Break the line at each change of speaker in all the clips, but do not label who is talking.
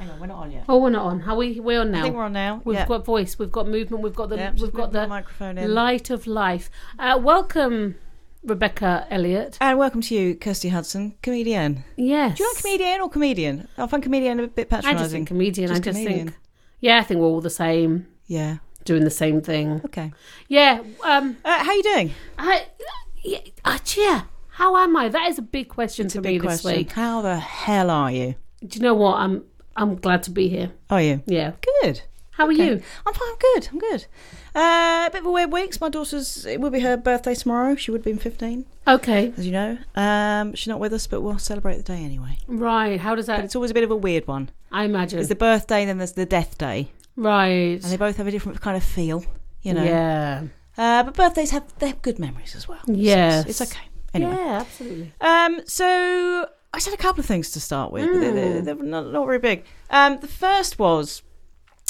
on. We're not on yet.
Oh, we're not on. How we? We're on
I
now.
think we're on now.
We've
yeah.
got voice. We've got movement. We've got the.
Yeah,
we've
just
got
move the
the
microphone in.
light of life. Uh, welcome, Rebecca Elliott.
And welcome to you, Kirsty Hudson, comedian.
Yes.
Uh, Do you like comedian or comedian? I find comedian a bit
I just think
patronising.
comedian. I
Just
just
comedian.
think. Yeah, I think we're all the same,
Yeah.
doing the same thing.
Okay.
Yeah. Um.
Uh, how you doing?
I. Yeah. uh, yeah. How am I? That is a big question
It's
for
a
me
big
this
question.
week.
How the hell are you?
Do you know what? I'm. I'm glad to be here.
Are you
Yeah.
good?
How are you?
I'm fine. I'm good. I'm good. Uh, a bit of a weird week. My daughter's. It will be her birthday tomorrow. She would have been 15,
Okay.
as you know. Um, she's not with us, but we'll celebrate the day anyway.
Right. How does
But
that?
it's always a bit of a weird one.
I imagine.
There's the birthday, then there's the death day,
right.
and they both have a different kind of feel. You know.
Yeah.
Uh, but birthdays have they have good memories as well. So
Yes.
it's, it's okay. Anyway,
Yeah. Absolutely.
um, so I said a couple of things to start with. but They're,
Hmm.
they're- they're not, not very big. Um, the first was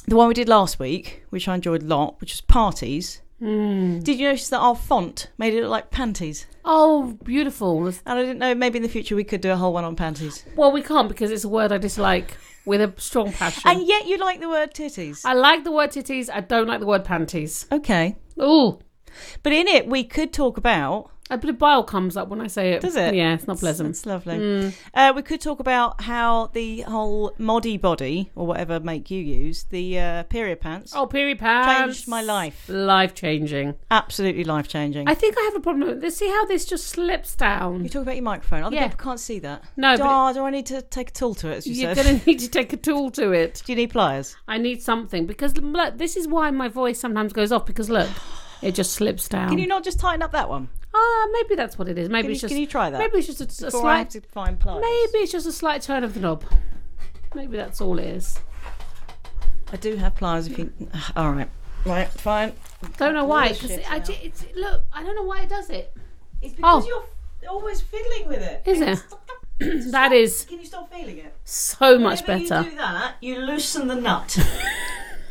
the one we did last week, which I enjoyed a lot, which was parties.
Mm.
Did you notice that our font made it look like panties?
Oh, beautiful.
And I didn't know. Maybe in the future we could do a whole one on panties.
Well, we can't because it's a word I dislike with a strong passion.
And yet you like the word titties.
I like the word titties. I don't like the word panties.
Okay,
Oh,
but in it we could talk about
a bit of bile comes up when I say it.
Does it?
Yeah, it's not pleasant. Mm.
It's lovely. Uh, we could talk about how the whole moddy body or whatever make you use the uh, period pants.
Oh, period pants.
Changed my life.
Life changing.
Absolutely life changing.
I think I have a problem with this. See how this just slips
You
down?
talk about your microphone. Other
Yeah.
people can't see that.
No,
Do,
but
oh, do I need to take a tool to it? As you
You're
said,
going to need to take a tool to it.
do you need pliers?
I need something because look, this is why my voice sometimes goes off because look, it just slips down.
Can you not just tighten up that one?
Ah, maybe that's what it is. Maybe
Can, you,
it's just
can you try that?
maybe it's just a, a
Before I have
slight
to find pliers.
maybe it's just a slight turn of the knob. Maybe that's all it is.
I do have pliers. If you,
Mm.
all right, right, fine.
Oh. Don't know why.
Little
'cause
shit
it- I
now.
ju- it's, look, I don't know why it does it.
It's
because Oh.
you're always fiddling with it.
Is it? That is
Can you stop feeling it?
so much better.
you do that, you loosen the nut.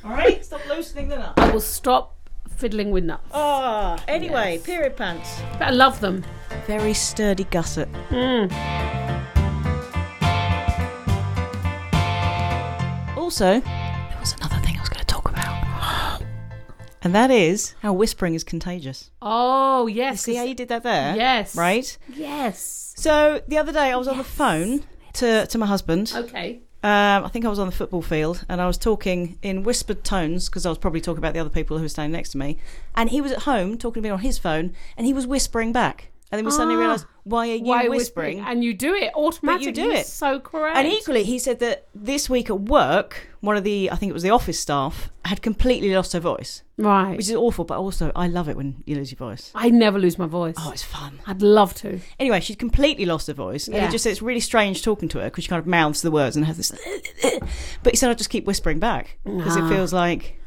all right, stop loosening the nut.
I will stop fiddling with nuts.
Ah, anyway, period pants.
But I love them.
Very sturdy gusset. Mm. Also, there was another thing I was going to talk about. And that is how whispering is contagious.
Oh yes,
See how
'cause-
you did that there?
Yes.
Right?
yes.
So the other day I was on the phone to, to my husband.
Okay.
Um, I think I was on the football field and I was talking in whispered tones because I was probably talking about the other people who were standing next to me. And he was at home talking to me on his phone and he was whispering back. And then we suddenly
Ah.
realised, why are you
Why
whispering?
And you do it automatically.
do it.
So correct.
And equally, he said that this week at work, one of the, I think it was the office staff, had completely lost her voice,
right.
which is awful, but also I love it when you lose your voice.
I never lose my voice.
Oh, it's fun.
I'd love to.
Anyway, she'd completely lost her voice. And
Yeah.
he just said it's really strange talking to her because she kind of mouths the words and has this. but he said, I just keep whispering back because
Ah.
it feels like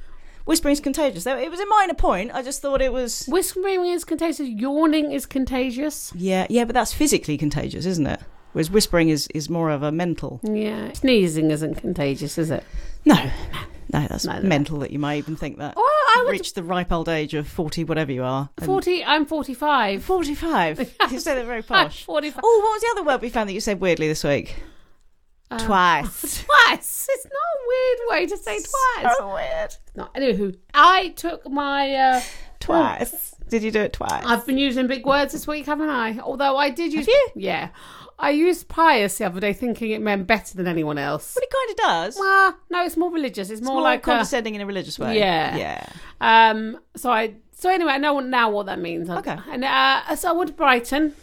whispering's contagious. Though It was a minor point. I just thought it was.
Whispering is contagious. Yawning is contagious.
Yeah, yeah, but that's physically contagious, isn't it? Whereas whispering is, is more of a mental.
Yeah. Sneezing isn't contagious, is it?
No, no, that's
No, no, no.
mental that you might even think that.
Well, I would.
reached the ripe old age of 40, whatever you are. and-
40, I'm 45.
45. you said it very
I'm
posh.
45.
Oh, what was the other word we found that you said weirdly this week?
Uh,
Twice.
Twice. It's not a weird way to say twice.
So weird.
No, anywho, I took my. Uh,
Twice. Did you do it twice?
I've been using big words this week, haven't I? Although I did use.
you?
Yeah. I used pious the other day thinking it meant better than anyone else.
but it kind of does.
Ah, no, it's more religious. It's,
It's
more, like a,
condescending in a religious way.
Yeah.
Yeah.
Um. So I. So anyway, I know now what that means.
Okay.
And uh, so I went to Brighton.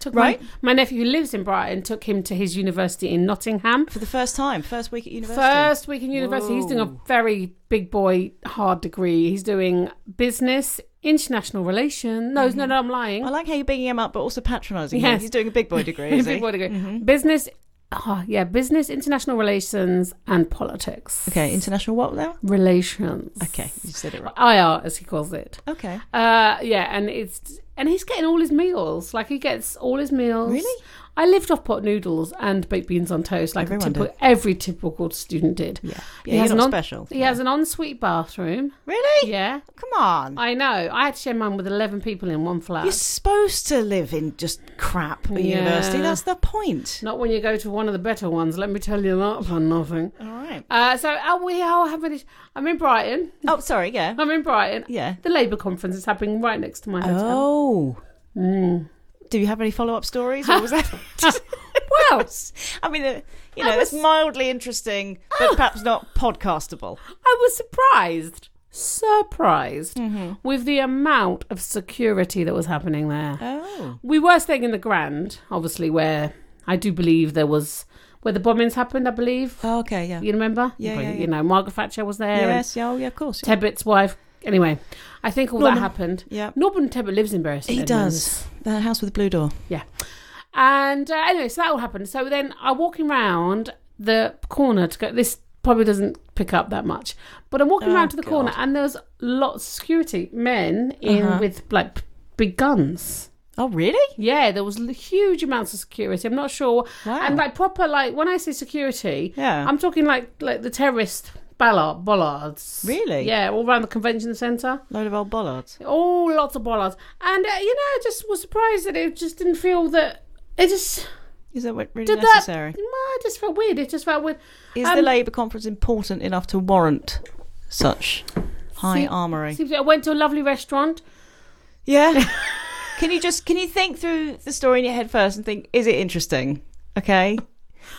Took my-
Right.
My, nephew who lives in Brighton took him to his university in Nottingham.
For the first time, first week at university.
First week in university, he's doing a very big boy hard degree. He's doing business, international relations. No,
Mm-hmm.
no, no, I'm lying.
I like how you're bigging him up, but also patronising him.
Yes.
He's doing a big boy degree,
Big
is he?
boy degree.
Mm-hmm.
Business. Oh, yeah, business, international relations, and politics.
Okay, international what now?
Relations.
Okay, you said it right.
IR, as he calls it.
Okay.
Uh, yeah, and it's and he's getting all his meals. Like he gets all his meals.
Really?
I lived off pot noodles and baked beans on toast, like
Everyone
a typical, every typical student did.
Yeah.
He
Yeah,
has
you're
an
not
on-
special.
He has an ensuite bathroom.
Really?
Yeah,
Come on.
I know. I had to share mine with eleven people in one flat.
You're supposed to live in just crap at
Yeah.
university. That's the point.
Not when you go to one of the better ones. Let me tell you that for nothing.
All right.
Uh, so are we all having this? I'm in Brighton.
Oh, sorry. Yeah.
I'm in Brighton.
Yeah.
The Labour conference is happening right next to my hotel.
Oh.
Mm.
Do you have any follow up stories? Or was that. just-
Well,
I mean, uh, you know,
I was-
that's mildly interesting, but perhaps not podcastable.
I was surprised, surprised
Mm-hmm.
with the amount of security that was happening there.
Oh.
We were staying in the Grand, obviously, where I do believe there was where the bombings happened. I believe
Oh, okay. Yeah.
you remember.
Uh, Yeah, yeah,
You know, Margaret Thatcher was there. and
Yes. Yeah. Oh, yeah. Of course. Yeah.
Tebbett's wife. Anyway, I think all
Norman.
that happened.
Yeah.
Norman Tebbett lives in Bury St.
He
Edmunds.
does. The house with the blue door.
And uh, anyway, so that all happened. So then I'm walking round the corner to go. This probably doesn't pick up that much, but I'm walking
Oh,
round to the corner,
God.
and there's lots of security men in
Uh-huh.
with like p- big guns.
Oh, really?
Yeah, there was l- huge amounts of security. I'm not sure,
Wow.
and like proper like when I say security,
yeah.
I'm talking like like the terrorist ballard bollards.
Really?
Yeah, all around the convention centre.
Load of old bollards.
Oh, lots of bollards, and uh, you know, I just was surprised that it just didn't feel that it just.
Is that what really
Did that-
necessary?
Well, I just felt weird. It just felt weird.
Is the
Um,
Labour conference important enough to warrant such high
See-
armoury?
Seems- I went to a lovely restaurant.
Yeah. can you just can you think through the story in your head first and think is it interesting? Okay.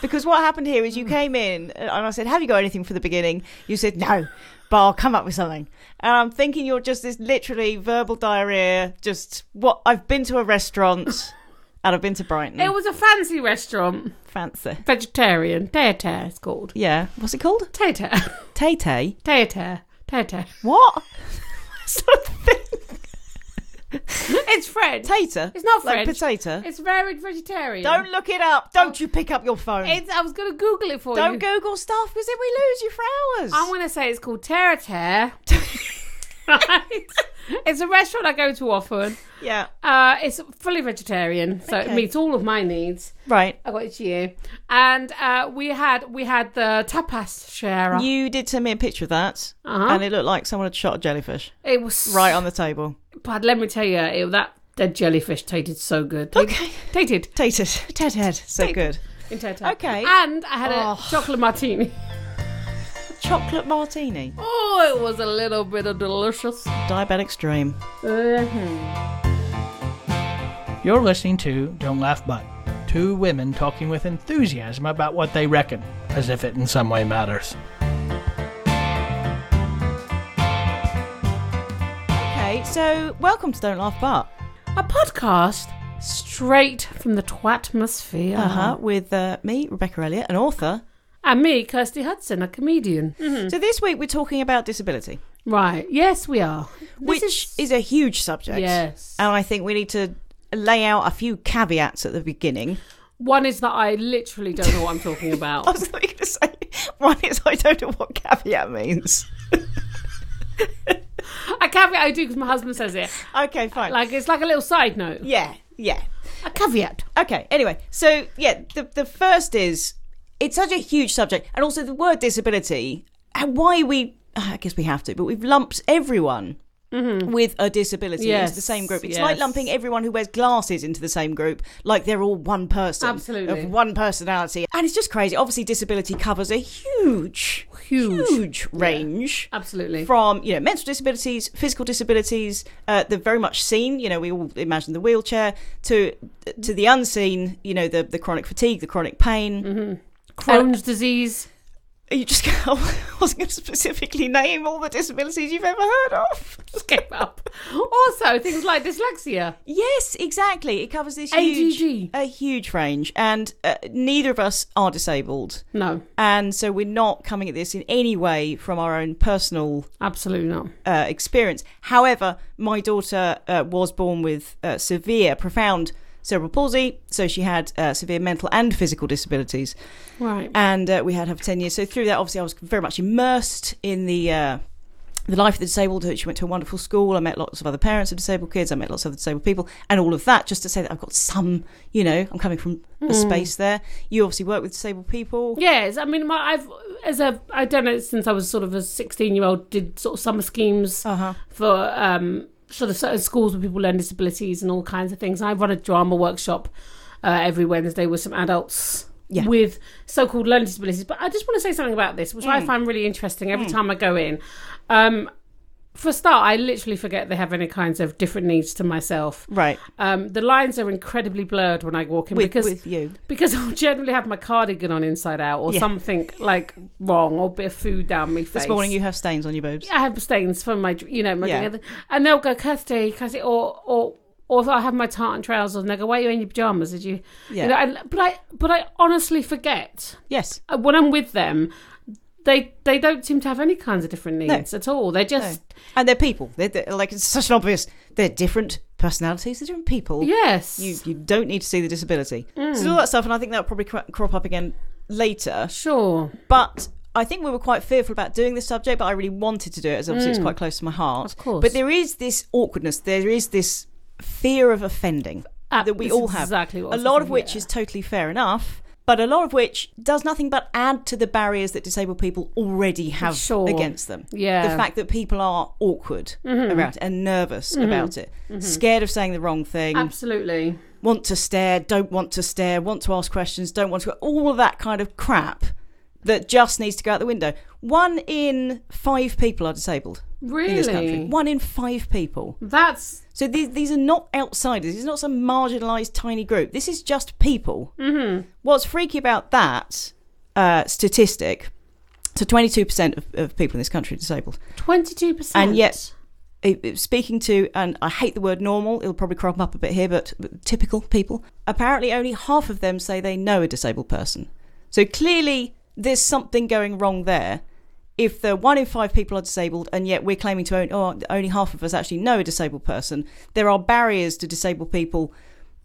Because what happened here is you came in and I said, "Have you got anything for the beginning?" You said, "No, but I'll come up with something." And I'm thinking you're just this literally verbal diarrhea. Just what I've been to a restaurant and I've been to Brighton.
It was a fancy restaurant,
Fancy.
vegetarian. Tear it's called.
Yeah. What's it called?
Tear tear.
Tay Tay.
Tear tear. Tear tear.
What? Something.
It's French.
Tater.
It's not
Like
French.
potato.
It's very vegetarian.
Don't look it up. Don't you pick up your phone.
It's, I was going to Google it for
Don't
you.
Google stuff because then we lose you for hours.
I'm going to say it's called Tear tear. right. It's a restaurant I go to often.
yeah.
Uh, it's fully vegetarian, so it
Okay.
meets all of my needs.
Right.
I got it to you. And uh, we had we had the tapas share.
You did send me a picture of that,
Uh-huh.
and it looked like someone had shot a jellyfish
It was
right on the table.
But let me tell you, it, that that jellyfish tasted so good. Okay, tasted
Tater. Ted Head. So good.
in Teta.
Okay.
and I had
Oh.
a chocolate martini.
Chocolate martini.
Oh, it was a little bit of delicious.
Diabetic's dream.
Uh-huh.
You're listening to Don't Laugh But, two women talking with enthusiasm about what they reckon, as if it in some way matters.
Okay, so welcome to Don't Laugh But.
A podcast straight from the twatmosphere.
Uh huh. With uh, me, Rebecca Elliott, an author.
And me, Kirsty Hudson, a comedian.
So this week we're talking about disability,
Right? Yes, we are.
which is... a huge subject.
yes.
And I think we need to lay out a few caveats at the beginning.
One is that I literally don't know what I'm talking about.
I was going to say, one is I don't know what caveat means.
a caveat I do because my husband says it.
Okay, fine.
Like it's like a little side note.
yeah, yeah.
A caveat.
Okay, anyway, so yeah, the, the first is it's such a huge subject, and also the word disability, and why we, I guess we have to, but we've lumped everyone. With a disability into
Yes,
the same group. It's like
Mm-hmm. yes.
lumping everyone who wears glasses into the same group, like they're all one person.
Absolutely.
Of one personality. And it's just crazy. Obviously, disability covers a huge,
Huge.
huge range.
Absolutely.
from you know mental disabilities, physical disabilities, uh, the very much seen. You know, we all imagine the wheelchair to to the unseen. You know, the the chronic fatigue, the chronic pain.
Crohn's disease.
You just I wasn't going to specifically name all the disabilities you've ever heard of.
Escape up. Also, things like dyslexia.
Yes, exactly. It covers this huge
AGG.
a huge range, and uh, neither of us are disabled,
No,
and so we're not coming at this in any way from our own personal
absolutely not.
uh, experience. However, my daughter uh, was born with uh, severe, profound cerebral palsy, so she had uh, severe mental and physical disabilities,
Right.
and uh, we had her for ten years. So through that, obviously, I was very much immersed in the. Uh, the life of the disabled. She went to a wonderful school. I met lots of other parents of disabled kids. I met lots of other disabled people, and all of that just to say that I've got some, you know, I'm coming from a space there. You obviously work with disabled people.
Yes, I mean, my, I've as a I've done it since I was sort of a sixteen-year-old. Did sort of summer schemes
Uh huh.
for um, sort of certain schools where people learn disabilities and all kinds of things. I run a drama workshop uh, every Wednesday with some adults
Yeah.
with so-called learning disabilities. But I just want to say something about this, which
Mm.
I find really interesting every time I go in. Um, for a start, I literally forget they have any kinds of different needs to myself.
Right.
Um, the lines are incredibly blurred when I walk in
With,
because
with you.
because I'll generally have my cardigan on inside out or
Yeah.
something like wrong or a bit of food down my face.
This morning you have stains on your boobs.
I have stains from my, you know, my
Yeah.
and they'll go Kirsty, Kirsty, or or or if I have my tartan trousers, and they go, "Why are you in your pajamas? Did you?"
Yeah.
You know, and, but I but I honestly forget
Yes.
Uh, when I'm with them. They they don't seem to have any kinds of different needs at all. They're just
And they're people. They're, they're- like it's such an obvious. They're different personalities. They're different people.
yes, Mm.
You you don't need to see the disability. So there's all that stuff, and I think that'll probably cro- crop up again later.
sure,
But I think we were quite fearful about doing this subject, but I really wanted to do it as obviously it's quite close to my heart.
Mm. Of course.
But there is this awkwardness. There is this fear of offending
Ah,
that we
that's
all have.
exactly what I
a
was
lot of
thinking,
which
yeah.
is totally fair enough. But a lot of which does nothing but add to the barriers that disabled people already have
Sure.
against them
yeah, Mm-hmm.
the fact that people are awkward about it and nervous about it, scared of saying the wrong thing,
absolutely,
want to stare, don't want to stare, want to ask questions, don't want to, all of that kind of crap that just needs to go out the window. One in five people are disabled in this country.
really,
One in five people.
that's
So these these are not outsiders. This is not some marginalised tiny group. This is just people. Mm-hmm. What's freaky about that uh, statistic? So twenty two percent of of people in this country are disabled.
twenty two percent,
And yet- it- it- speaking to, and I hate the word normal, it'll probably crop up a bit here, but, but typical people, apparently only half of them say they know a disabled person. So clearly there's something going wrong there. If the one in five people are disabled, and yet we're claiming to own, oh, only half of us actually know a disabled person, there are barriers to disabled people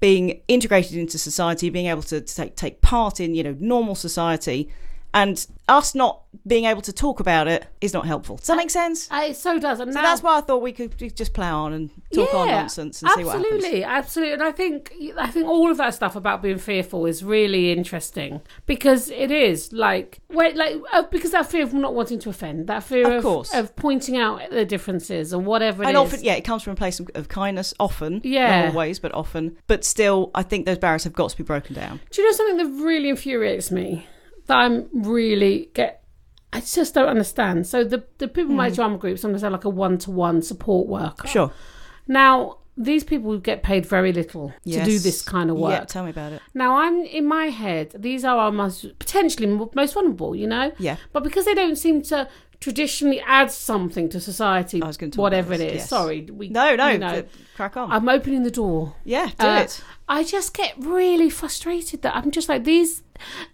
being integrated into society, being able to, to take, take part in, you know, normal society. And us not being able to talk about it is not helpful. Does that make sense?
Uh, it so does. And
So
now,
that's why I thought we could ju- just plough on and talk our nonsense and
absolutely,
see what happens.
Absolutely, And I think I think all of that stuff about being fearful is really interesting because it is like wait, like uh, because that fear of not wanting to offend, that fear
Of
of,
course.
of pointing out the differences or whatever it is.
And often, yeah, it comes from a place of, of kindness, often.
Yeah.
Not always, but often. But still, I think those barriers have got to be broken down.
Do you know something that really infuriates me? That I'm really get. I just don't understand. So the the people in my drama group sometimes have like a one to one support worker.
Hmm. Sure.
Now these people get paid very little to do
Yes.
this kind of work.
Yeah, tell me about it.
Now I'm in my head. These are our most potentially m- most vulnerable, you know.
Yeah.
But because they don't seem to traditionally add something to society,
I was gonna talk
whatever
about this,
it is.
yes.
Sorry, we
No, no,
you know,
th- crack on.
I'm opening the door.
yeah, do
Uh,
it.
I just get really frustrated that I'm just like these.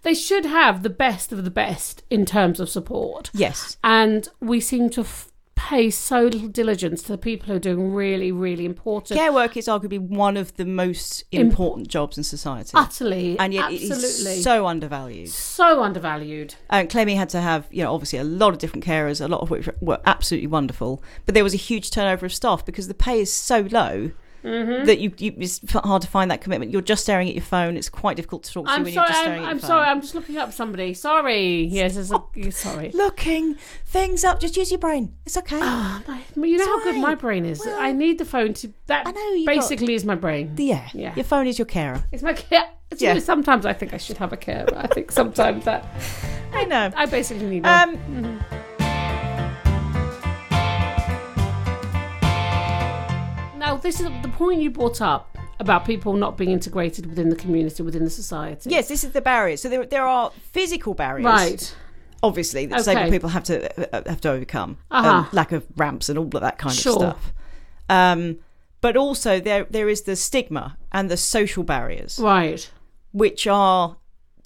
They should have the best of the best in terms of support,
Yes.
and we seem to. F- pay so little diligence to the people who are doing really really important
Care work is arguably one of the most important jobs in society.
utterly
and yet
Ah, absolutely
it is so undervalued.
so undervalued
Um, Clemmy had to have, you know, obviously a lot of different carers, a lot of which were absolutely wonderful. But there was a huge turnover of staff because the pay is so low
Mm-hmm.
that you, you it's f- hard to find that commitment. You're just staring at your phone. It's quite difficult to talk to you
I'm
when
sorry.
you're just staring
I'm,
at Oh,
I'm
your
sorry.
phone.
I'm just looking up somebody. Sorry. Yes. It's a, sorry.
Looking things up. Just use your brain. It's okay.
Ah, my, you know how good my
alright.
brain is.
Well,
I need the phone to. That
I know you got-
basically is my brain.
The- yeah.
Yeah.
Your phone is your carer.
it's my care.
Yeah.
Yeah. Sometimes I think I should have a care, but I think sometimes that
I know.
I basically need one. Mm-hmm.
Um,
Now, this is the point you brought up about people not being integrated within the community, within the society.
yes, this is the barrier. So there, there are physical barriers.
Right.
obviously that disabled
Okay.
people have to uh, have to overcome
Uh-huh.
um, lack of ramps and all of that kind
Sure.
of stuff. Um, but also there there is the stigma and the social barriers,
Right.
which are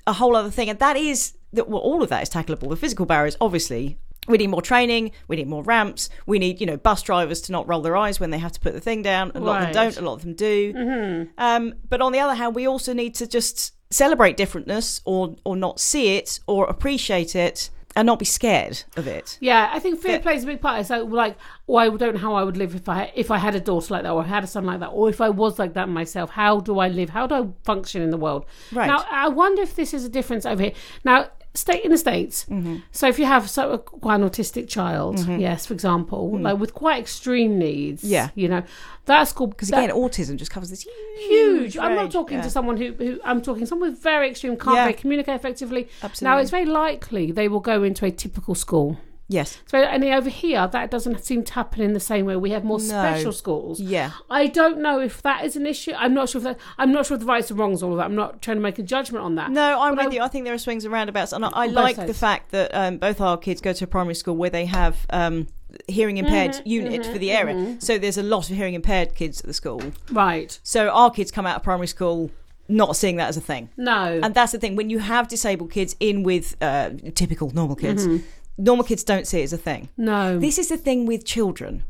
a whole other thing, and that is that well, all of that is tackleable. The physical barriers, obviously. We need more training. We need more ramps. We need, you know, bus drivers to not roll their eyes when they have to put the thing down. A lot of them
Right.
don't. A lot of them do. Um, but on the other hand, we also need to just celebrate differentness, or or not see it, or appreciate it, and not be scared of it.
Yeah, I think fear
That-
plays a big part. It's like, like, oh, I don't know how I would live if I if I had a daughter like that, or I had a son like that, or if I was like that myself. How do I live? How do I function in the world?
Right.
Now, I wonder if this is a difference over here. Now, state in the states.
Mm-hmm.
So if you have so a, quite an autistic child, yes, for example, like with quite extreme needs,
Mm. Yeah.
you know, that's called
Because again, autism just covers this huge.
huge. I'm not
range,
talking
yeah.
to someone who, who I'm talking someone with very extreme can't
Yeah.
very communicate effectively. Now
Absolutely.
it's very likely they will go into a typical school.
Yes.
So and over here that doesn't seem to happen in the same way. We have more special schools.
Yeah.
I don't know if that is an issue. I'm not sure if that, I'm not sure if the rights and wrongs all of that. I'm not trying to make a judgment on that.
No, I'm
But
with
I-
you. I think there are swings and roundabouts, and I, I
Both
like the
sides.
fact that um, both our kids go to a primary school where they have um, hearing impaired
Mm-hmm,
unit for the area. So there's a lot of hearing impaired kids at the school.
Right.
So our kids come out of primary school not seeing that as a thing.
No.
And that's the thing when you have disabled kids in with uh, typical normal kids,
Mm-hmm.
normal kids don't see it as a thing.
no.
This is the thing with children.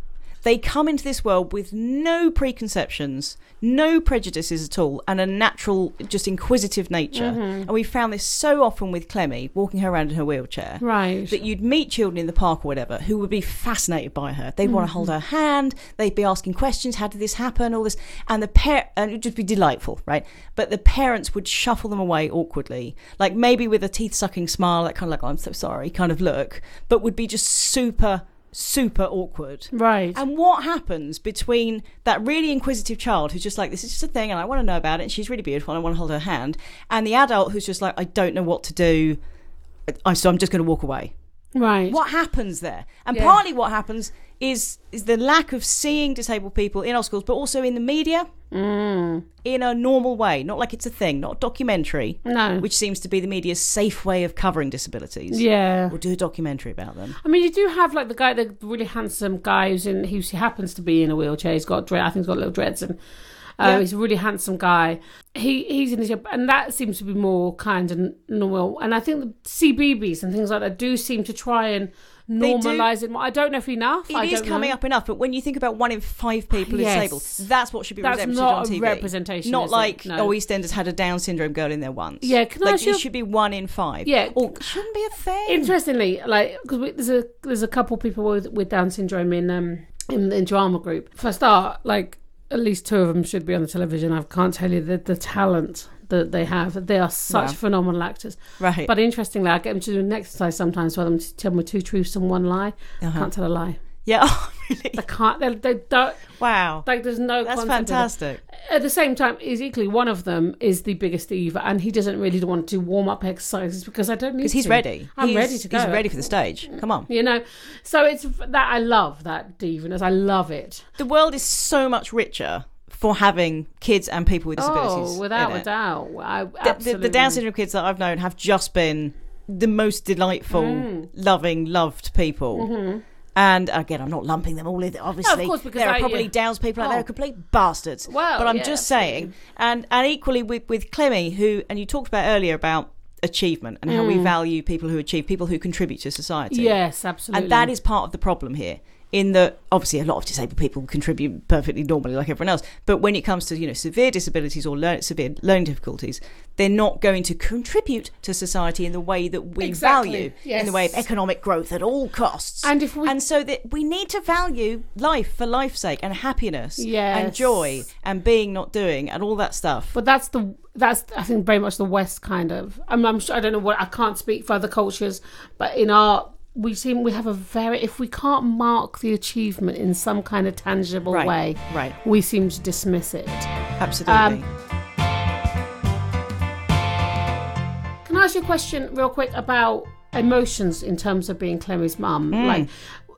They come into this world with no preconceptions, no prejudices at all, and a natural, just inquisitive nature. And we found this so often with Clemmy walking her around in her wheelchair.
right.
That you'd meet children in the park or whatever who would be fascinated by her. They'd want to hold her hand. They'd be asking questions. How did this happen? All this, and the par- and it would just be delightful, right? But the parents would shuffle them away awkwardly, like maybe with a teeth-sucking smile, that kind of like "Oh, "I'm so sorry" kind of look, but would be just super, super awkward.
right.
And what happens between that really inquisitive child who's just like, this is just a thing and I want to know about it and she's really beautiful and I want to hold her hand, and the adult who's just like, I don't know what to do, I, so I'm just going to walk away.
right.
What happens there? And
Yeah.
partly what happens is is the lack of seeing disabled people in our schools, but also in the media
Mm.
in a normal way, not like it's a thing, not a documentary,
No.
which seems to be the media's safe way of covering disabilities.
yeah.
We'll do a documentary about them.
I mean, you do have like the guy, the really handsome guy who's in, who happens to be in a wheelchair. He's got dread, I think he's got little dreads, and uh,
Yeah.
he's a really handsome guy. He he's in the job, and that seems to be more kind and normal. And I think the CBBS and things like that do seem to try and
do.
normalize it. more. I don't know if enough.
It is
I don't
coming
know.
up enough, but when you think about one in five people
Yes.
is disabled, that's what should be
That's
represented
not
on
a
TV.
representation,
not
is it?
like
No.
oh, EastEnders had a Down syndrome girl in there once.
Yeah, can I
like
ask
it
you-
should be one in five.
Yeah.
or it shouldn't be a thing.
Interestingly, like because there's a there's a couple people with with Down syndrome in um in the drama group. For a start, like at least two of them should be on the television. I can't tell you the the talent that they have. They are such
Wow.
phenomenal actors.
right?
But interestingly, I get them to do an exercise sometimes where them to tell me two truths and one lie.
Uh-huh.
Can't tell a lie.
yeah, oh, really?
They can't. They, they don't.
Wow,
Like there's no.
that's
concept of it
fantastic.
at the same time, is equally one of them is the biggest diva, and he doesn't really want to do warm up exercises because I don't need.
Because he's
to.
ready.
I'm
He's-
ready to go.
He's ready for the stage. Come on.
You know, so it's that I love that diviness. I love it.
The world is so much richer for having kids and people with disabilities.
Oh, without
in
a
it.
doubt. I,
The, the,
absolutely.
the Down syndrome kids that I've known have just been the most delightful,
Mm.
loving, loved people. And again, I'm not lumping them all in. Obviously,
Mm-hmm. course, because
there are
I-
probably
yeah.
Downs people out
Oh.
there who are complete bastards.
Well,
but I'm
yeah,
just saying, and and equally with with Clemmy, who and you talked about earlier about achievement and how
Mm.
we value people who achieve, people who contribute to society.
Yes, absolutely.
And that is part of the problem here. In that, obviously, a lot of disabled people contribute perfectly normally, like everyone else. But when it comes to you know severe disabilities or learn, severe learning difficulties, they're not going to contribute to society in the way that we
Exactly,
value, in
yes.
the way of economic growth at all costs.
And if we-
and so that we need to value life for life's sake and happiness and
Yes.
joy and being not doing and all that stuff.
But that's the that's I think very much the West kind of. I'm, I'm sure I don't know what I can't speak for other cultures, but in our we seem we have a very if we can't mark the achievement in some kind of tangible
Right,
way, Um,
right.
we seem to dismiss it. Can
Absolutely.
I ask you a question real quick about emotions in terms of being Clemmy's mum?
Hmm.
Like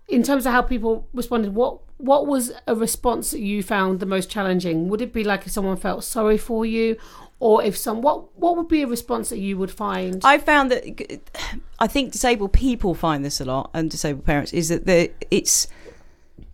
in terms of how people responded, what what was a response that you found the most challenging? Would it be like if someone felt sorry for you? Or if some, what what would be a response that you would find?
I found that I think disabled people find this a lot, and disabled parents is that the it's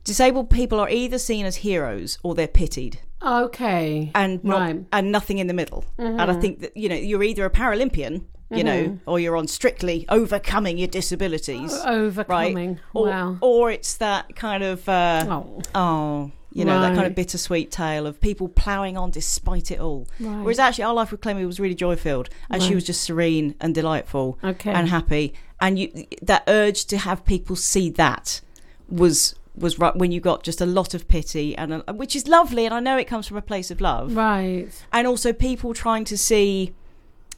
disabled people are either seen as heroes or they're pitied,
Okay.
and not,
Right. Mm-hmm.
and nothing in the middle. And I think that you know you're either a Paralympian, you know, or you're on strictly overcoming your disabilities,
overcoming.
right? Or,
Uh, wow.
or it's that kind of uh,
oh.
oh, you know, that kind
Right.
of bittersweet tale of people ploughing on despite it all.
Right.
Whereas actually, our life with Clemmy was really joy filled, and she was just serene and delightful
Okay.
and happy. And you, that urge to have people see that was was right when you got just a lot of pity and a, which is lovely and I know it comes from a place of love
Right.
and also people trying to see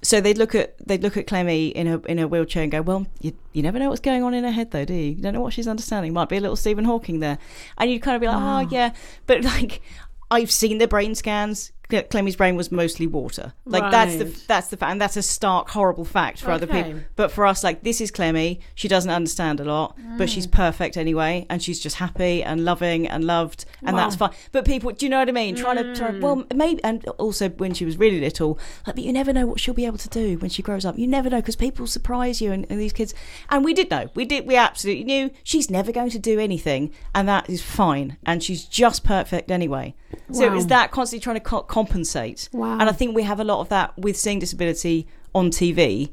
so they'd look at they'd look at Clemmy in her in her wheelchair and go, well, you, you never know what's going on in her head though, do you? You don't know what she's understanding. Might be a little Stephen Hawking there, and you'd kind of be like,
Ah.
oh, yeah, but like I've seen the brain scans. Cle- Clemmy's brain was mostly water. Like that's the
Right.
that's the fact, and that's a stark horrible fact for other
Okay.
people. But for us, like this is Clemmy. She doesn't understand a lot, but
Mm.
she's perfect anyway, and she's just happy and loving and loved, and that's fine. But people, do you know what I mean? Trying to,
Mm.
try, well, maybe, and also when she was really little, like, but you never know what she'll be able to do when she grows up. You never know because people surprise you, and, and these kids, and we did know, we did, we absolutely knew she's never going to do anything, and that is fine, and she's just perfect anyway. So it
Wow.
was that constantly trying to co- compensate,
Wow.
and I think we have a lot of that with seeing disability on TV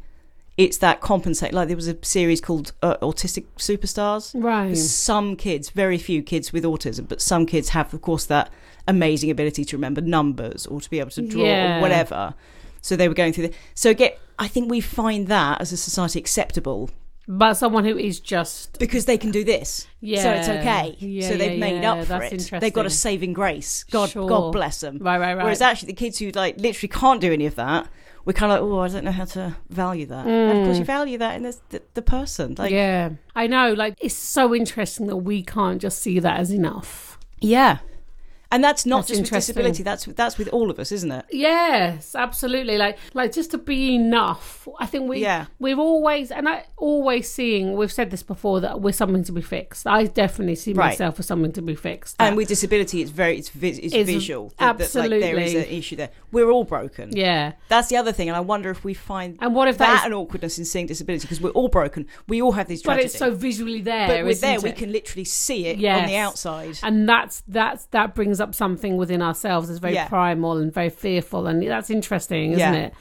it's that compensate. Like there was a series called uh, Autistic Superstars.
Right.
Some kids, very few kids with autism, but some kids have, of course, that amazing ability to remember numbers or to be able to draw
Yeah.
or whatever. So they were going through the. So get. I think we find that as a society acceptable
But someone who is just
because they can do this. So it's
Yeah.
okay.
Yeah,
so they've
yeah,
made
yeah.
up for
That's
it.
interesting.
They've got a saving grace. God,
Sure.
God bless them.
Right, right, right.
Whereas actually the kids who like literally can't do any of that, we're kind of like, oh, I don't know how to value that. And of course, you value that in this, the, the person. Like, yeah.
Mm. yeah, I know. Like it's so interesting that we can't just see that as enough.
And that's not
That's
just with
interesting.
disability. That's that's with all of us, isn't it?
Yes, absolutely. Like, like just to be enough. I think we,
Yeah.
we're always, and I always seeing. We've said this before that we're something to be fixed. I definitely see
Right.
myself as something to be fixed.
And with disability, it's very it's, vis- it's,
Uh, It's-
visual. that- that, like, there is an
absolutely.
issue there. We're all broken.
yeah,
That's the other thing, and I wonder if we find
and what if
that
that is,
an awkwardness in seeing disability because we're all broken. We all have these
but
tragedies.
it's so visually there.
but with
isn't
there we
it?
can literally see it on the
Yes.
outside
and that's that's that brings up something within ourselves that's very
Yeah.
primal and very fearful and that's interesting isn't
Yeah.
it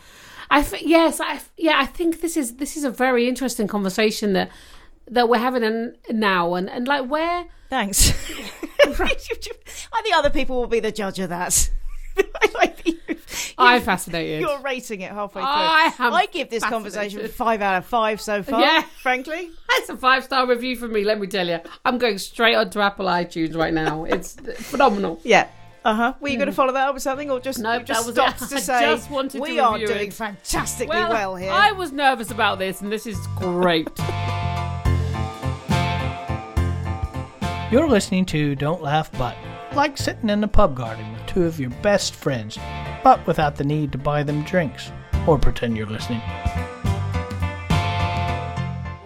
i f- yes i f- yeah i think this is this is a very interesting conversation that that we're having an, now and and like where
thanks i think other people will be the judge of that Like, you-
i'm
you-
fascinated
you're rating it halfway through.
I am
I give this conversation
fascinated.
five out of five so far.
Yeah.
frankly,
that's a five star review for me let me tell you i'm going straight onto apple itunes right now it's phenomenal
yeah. Uh huh. Were you going to follow that up with something, or just
Hmm. Nope,
you just
that was
stopped to
it. I
say
just wanted
we
to
are
review
doing
it."
fantastically well,
well,
here?
i was nervous about this and this is great
You're listening to Don't Laugh But. Like sitting in a pub garden with two of your best friends, but without the need to buy them drinks or pretend you're listening.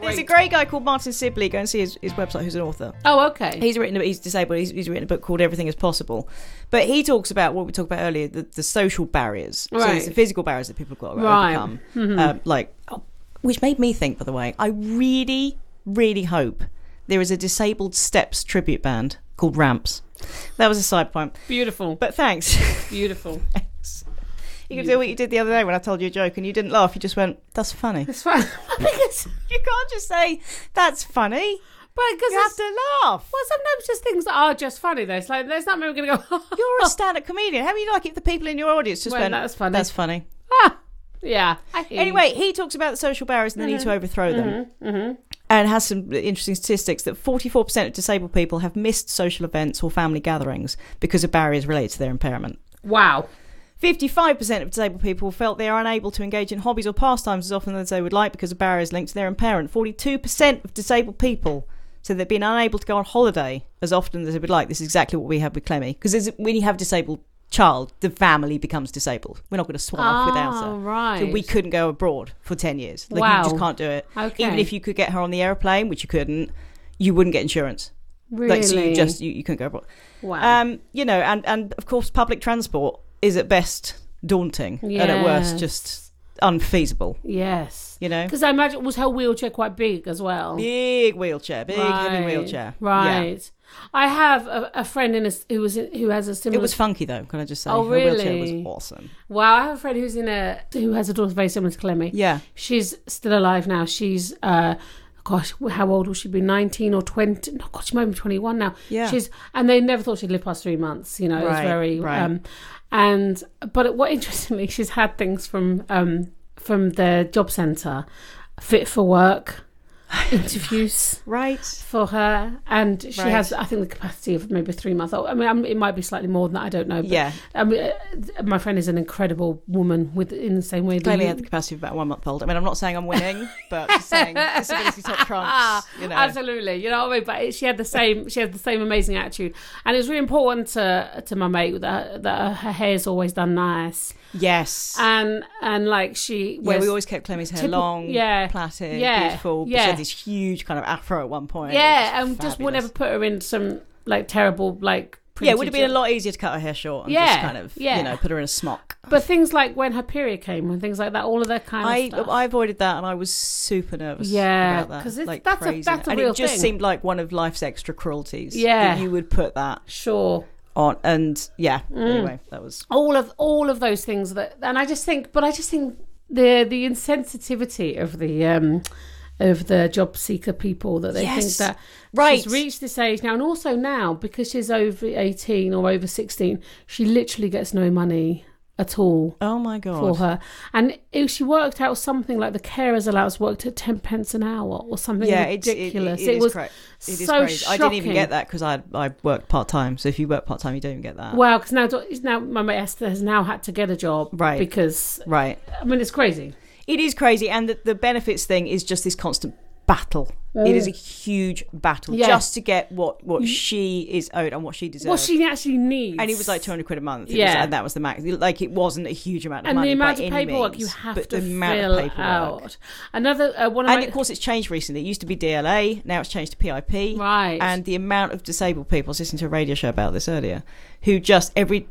There's a great guy called Martin Sibley. Go and see his, his website. Who's an author.
oh okay
he's written he's disabled he's, he's written a book called everything is possible but he talks about what we talked about earlier the, the social barriers so
Right.
it's the physical barriers that people have got to
Right. Mm-hmm.
overcome um, like oh, which made me think by the way i really really hope there is a disabled steps tribute band called ramps that was a side point
beautiful
but thanks
beautiful
you can do what you did the other day when i told you a joke and you didn't laugh you just went that's funny
it's fine because
you can't just say that's funny
but because
you have to laugh
Well, sometimes just things that are just funny though. It's like there's not many going to go.
you're a stand-up comedian how do you like if the people in your audience just
Oh. Well,
went
that's funny.
that's funny
ah, yeah. Mm-hmm. I hear you.
Anyway, he talks about the social barriers and the need to overthrow them.
Mm-hmm.
And has some interesting statistics that 44% of disabled people have missed social events or family gatherings because of barriers related to their impairment.
wow.
55% of disabled people felt they are unable to engage in hobbies or pastimes as often as they would like because of barriers linked to their impairment. 42% of disabled people said they've been unable to go on holiday as often as they would like. This is exactly what we have with Clemmy. Because when you have a disabled child, the family becomes disabled. We're not going to swan off without her.
Oh, right.
So we couldn't go abroad for 10 years. Like,
Wow.
you just can't do it.
Okay.
Even if you could get her on the airplane, which you couldn't, you wouldn't get insurance.
really
Like, so you just, you, you couldn't go abroad.
wow.
Um, you know, and, and of course, public transport is at best daunting and at worst
Yes.
just unfeasible,
yes.
you know?
Because I imagine was her wheelchair quite big as well.
Big wheelchair, big heavy wheelchair. Yeah.
Right. I have a, a friend in a, s- who was in, who has a
It
similar.
was funky though, can I just say?
Oh,
Her wheelchair was
really?
awesome.
wow. I have a friend who's in a who has a daughter very similar to Clemmy.
Yeah.
She's still alive now. She's, uh, gosh, how old will she be? 19 or 20? No, God, she might be 21 now.
Yeah.
She's, and they never thought she'd live past three months, you know, it's
Right,
very,
right.
um, and, but what interestingly, she's had things from, um, from the job centre, fit for work, interviews
Right.
for her, and she
Right.
has, I think, the capacity of maybe three months old. I mean, I'm, it might be slightly more than that. I don't know. But
Yeah.
I mean, uh, th- my friend is an incredible woman with in the same way. that
Clearly
you-
had the capacity of about one month old. I mean, I'm not saying I'm winning, but just saying disability top trumps. You know.
Absolutely, you know what I mean. But it- she had the same, she had the same amazing attitude, and it was really important to to my mate that that her hair's always done nice,
Yes.
and and like she
yeah,
wears-
we always kept Clemmie's hair
typical-
long,
yeah,
plaited,
yeah,
beautiful. But she
yeah.
had this huge kind of afro at one point.
yeah,
It was
and just would
fabulous.
never put her in some like terrible like
Yeah, it would have
printed-
been a lot easier to cut her hair short and just
Yeah,
kind of,
yeah.
you know, put her in a smock.
But things like when her period came and things like that, all of that kind of
I,
stuff.
I avoided that and I was super nervous
Yeah,
about that.
'cause it's-
like
that's a-
crazy.
that's a
and
real
it just
thing.
seemed like one of life's extra cruelties.
Yeah.
That you would put that
sure.
on. And yeah,
Mm.
anyway, that was.
all of all of those things that and I just think but I just think the the insensitivity of the um of the job seeker people that they
Yes.
think that
Right.
she's reached this age now and also now because she's over 18 or over 16 she literally gets no money at all
Oh my God.
for her and if she worked out something like the carers allowance worked at 10 pence an hour or something
yeah, it's it-
ridiculous
It, it, is
was
cra- it is
so
crazy. I didn't even
shocking.
get that because I I worked part time. So if you work part time, you don't even get that.
Wow, because now, now my mate Esther has now had to get a job,
Right.
Because
right.
I mean, it's crazy.
It is crazy, and the, the benefits thing is just this constant battle. It is a huge battle
Oh. Yeah. Mm.
just to get what what she is owed and what she deserves.
What she actually needs,
and it was like 200 quid a month. It was-
Yeah.
and that was the max. Like, it wasn't a huge amount of
and
money.
the amount
by
of
any
paperwork
means,
you have
but
to
the amount
fill
of paperwork.
out. Another uh, one of
And
my
of course, it's changed recently. It used to be DLA, now it's changed to PIP.
Right.
And the amount of disabled people, I was listening to a radio show about this earlier, who just every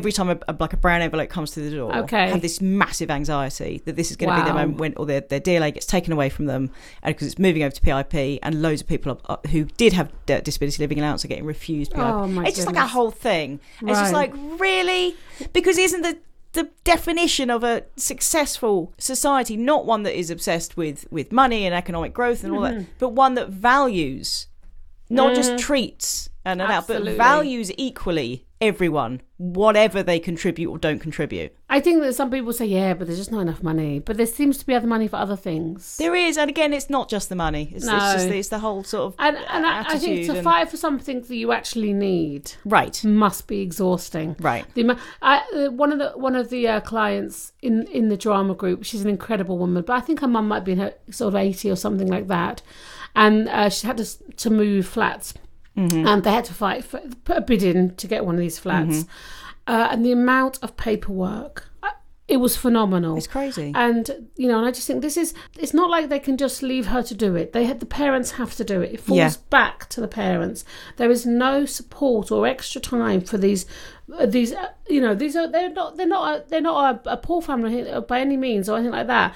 every time a, a- like a brown envelope comes through the door,
Okay.
have this massive anxiety that this is going to be their
Wow.
moment when or their, their DLA gets taken away from them, and because it's moving over to PIP, and loads of people are, are- who did have d- disability living allowance are getting refused. PIP.
Oh, my
it's just like a
goodness.
whole thing. And It's just
Right.
like really because isn't the the definition of a successful society not one that is obsessed with with money and economic growth and all
Mm-hmm.
that, but one that values, not just treats and that, but
Absolutely.
values equally everyone, whatever they contribute or don't contribute.
I think that some people say, yeah, but there's just not enough money. But there seems to be other money for other things.
There is, and again, it's not just the money. It's, it's just
No.
it's the whole sort of
and and I, I think
attitude
to
and-
fight for something that you actually need
right,
must be exhausting.
right.
The, amo- I, uh, one of the one of the uh, clients in in the drama group, she's an incredible woman, but I think her mum might be in her sort of eighty or something like that, and uh, she had to s- to move flats,
Mm-hmm.
and they had to fight for, put a bid in to get one of these flats,
Mm-hmm.
uh, and the amount of paperwork, uh, it was phenomenal.
It's crazy.
And you know, and I just think this is it's not like they can just leave her to do it. They had the parents have to do it. It falls
Yeah.
back to the parents. There is no support or extra time for these uh, these uh, you know, these are they're not they're not a, they're not a, a poor family uh, by any means or anything like that.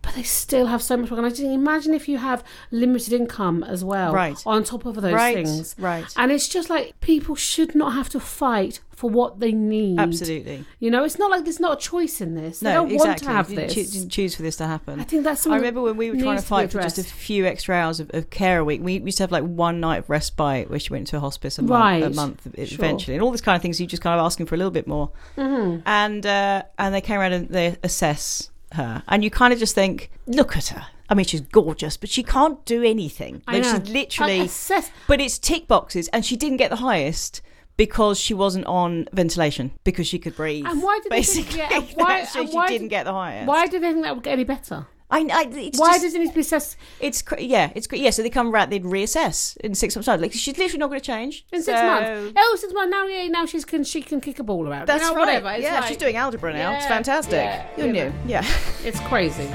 But they still have so much work, and I just think, imagine if you have limited income as well,
Right.
On top of those
Right,
things,
right.
And it's just like people should not have to fight for what they need.
Absolutely.
You know, it's not like there's not a choice in this.
No,
they don't
exactly.
want to have
you
this.
didn't choo- didn't choose for this to happen.
I think that's something
I remember when we were
that
trying to
needs be
fight for just a
addressed.
few extra hours of, of care a week. We used to have like one night of respite where she went to a hospice a month, a
Right.
month e-
Sure.
eventually, and all this kind of things. You just kind of asking for a little bit more,
Mm-hmm.
and uh, and they came around and they assess her, and you kind of just think, look at her. I mean, she's gorgeous, but she can't do anything.
I
Like,
know.
She's literally,
I assess-
but it's tick boxes, and she didn't get the highest. Because she wasn't on ventilation, because she could breathe.
And why did they
basically
think- yeah, and why-
so
and
she
why
didn't
did-
get the highest?
Why do they think that would get any better?
I, I, it's
Why
just-
does it need to be assessed?
It's cra- yeah, it's cra- yeah. So they come around, they'd reassess in six months' time. Like she's literally not going to change
In six
So-
months. Oh, six months. Now, yeah, now she's can she can kick a ball around.
That's
you know,
right.
whatever. It's
yeah,
like-
she's doing algebra now. it's
Yeah,
fantastic.
yeah,
Who
you
knew?
know.
Yeah.
It's crazy.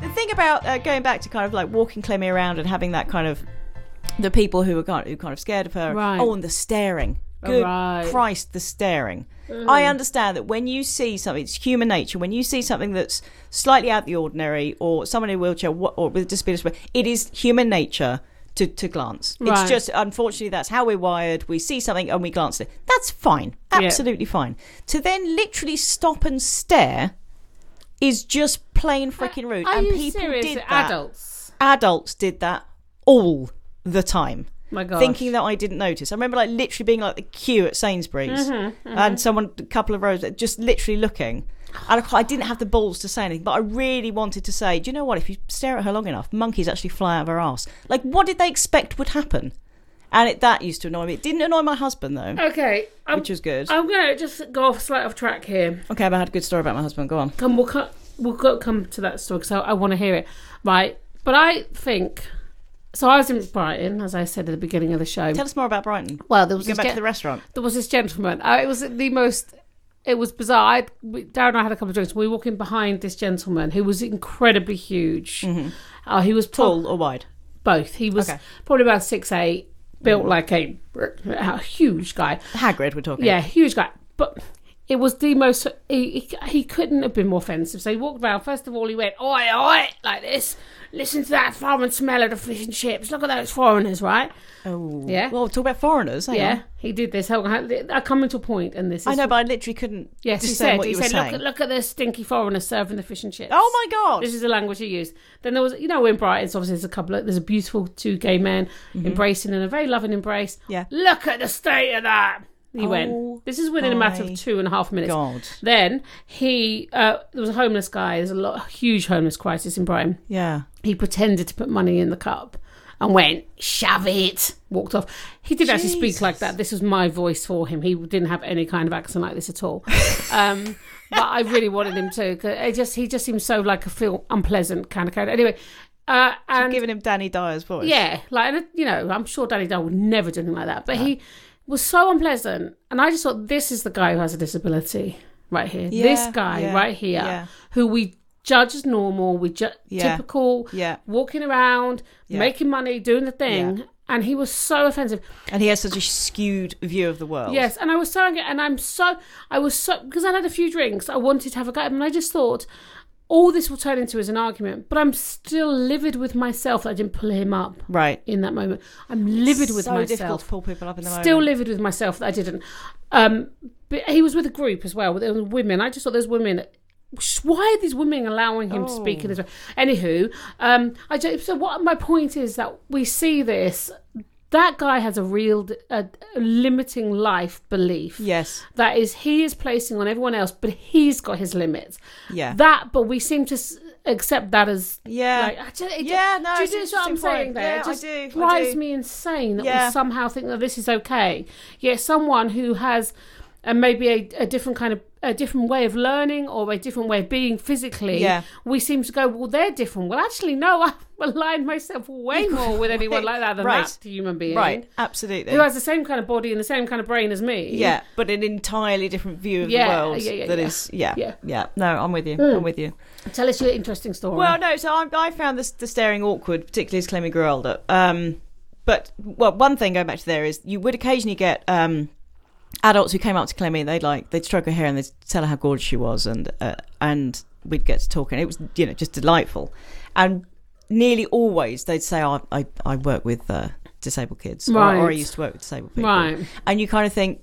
the thing about uh, going back to kind of like walking Clemmy around and having that kind of the people who were kind who kind of scared of her.
Right.
Oh, and the staring. Good
Right.
Christ, the staring.
Uh-huh.
I understand that when you see something, it's human nature. When you see something that's slightly out of the ordinary, or someone in a wheelchair wha- or with a disability, it is human nature to, to glance.
Right.
It's just unfortunately that's how we're wired. We see something and we glance at it. That's fine,
Yeah.
absolutely fine. To then literally stop and stare is just plain freaking rude.
Are
and
you
people
serious?
did that.
Adults.
Adults did that all the time.
My God.
Thinking that I didn't notice. I remember like
Mm-hmm,
literally being like the queue at Sainsbury's and someone a couple of rows just literally looking. And I, I didn't have the balls to say anything, but I really wanted to say, do you know what? If you stare at her long enough, monkeys actually fly out of her ass. Like, what did they expect would happen? And it, that used to annoy me. It didn't annoy my husband though,
Okay, I'm,
which was good.
I'm gonna just go off slightly off track here.
okay, but I had a good story about my husband. Go on.
Come, we'll co- we'll go, come to that story because I, I want to hear it. Right, but I think so. I was in Brighton, as I said at the beginning of the show.
Tell us more about Brighton.
well, there was
Go
this
back
gen-
to the restaurant.
there was this gentleman. Uh, it was the most. It was bizarre. I'd, we, Darren and I had a couple of drinks. We were walking behind this gentleman who was incredibly huge. Uh, he was tall.
Tall or wide?
both. He was
Okay.
probably about six eight, built like a, a huge guy.
Hagrid, we're talking.
Yeah, huge guy. But it was the most. He, he, he couldn't have been more offensive. So he walked around. First of all, he went, oi, oi, like this. Listen to that foreign smell of the fish and chips. Look at those foreigners, right?
Oh.
Yeah.
Well, talk about foreigners. Hang
yeah,
on.
he did this. Hold on, I come into a point, and this is.
I know, but I literally couldn't
Yes, he
discern
said.
what
He
you were
said,
saying.
look, look at the stinky foreigner serving the fish and chips.
oh my god!
This is the language he used. Then there was, you know, in Brighton, so obviously there's a couple of, there's a beautiful two gay men embracing in a very loving embrace.
Mm-hmm. Yeah.
Look at the state of that. He
Oh
went. This is within a matter
my
of two and a half minutes.
God.
Then he, uh, there was a homeless guy. There's a lot, huge homeless crisis in Brighton.
Yeah.
He pretended to put money in the cup and went, shove it, walked off. He did actually speak like that. This was my voice for him. He didn't have any kind of accent like this at all. Um, but I really wanted him to. 'cause It just, he just seemed so like a feel unpleasant kind of character. Anyway, uh, and
Giving him Danny Dyer's voice.
yeah, like and, you know, I'm sure Danny Dale would never do anything like that, but he was so unpleasant, and I just thought this is the guy who has a disability right here. this
Yeah,
guy
yeah,
right here,
yeah.
who we judge as normal, we ju-
Yeah,
typical,
yeah.
walking around, making money, doing the thing, and he was so offensive.
And he has such a skewed view of the world.
Yes, and I was so angry, and I'm so I was so because I had a few drinks. I wanted to have a go, at him, and I just thought all this will turn into is an argument. But I'm still livid with myself that I didn't pull him up
Right.
in that moment. I'm livid with
so difficult to
myself.
pull people up in the
Still
moment.
livid with myself that I didn't. Um, but he was with a group as well. There were women. I just thought those women. Why are these women allowing him to speak in
Oh.
this way? Anywho, um, I just, so what my point is that we see this. That guy has a real uh limiting life belief.
Yes.
That is, he is placing on everyone else, but he's got his limits.
Yeah.
That, but we seem to s- accept that as
yeah.
like, I just, it,
Yeah, no,
do you
it's
see what I'm
interesting
saying
point.
there?
Yeah,
it
I
just
do, I
drives
do.
me insane that
Yeah.
we somehow think that this is okay. Yet someone who has uh, maybe a, a different kind of a different way of learning or a different way of being physically,
Yeah.
we seem to go, well, they're different. Well, actually, no, I've aligned myself way more with anyone like that than
Right.
that human being.
right. Absolutely.
Who has the same kind of body and the same kind of brain as me.
yeah, but an entirely different view of
Yeah,
the world
yeah, yeah,
that
yeah.
is, yeah, yeah,
Yeah. Hmm.
No, I'm with you. I'm with you.
Tell us your interesting story.
Well, no, so I, I found this, the staring awkward, particularly as Clemmy grew older. Um, but well, one thing going back to there is you would occasionally get um, adults who came up to Clemmy. They'd like they'd stroke her hair and they'd tell her how gorgeous she was, and uh, and we'd get to talking. It was you know just delightful, and nearly always they'd say, oh, I I work with uh, disabled kids, or- or, I
Right.
used to work with disabled people,
Right.
and you kind of think,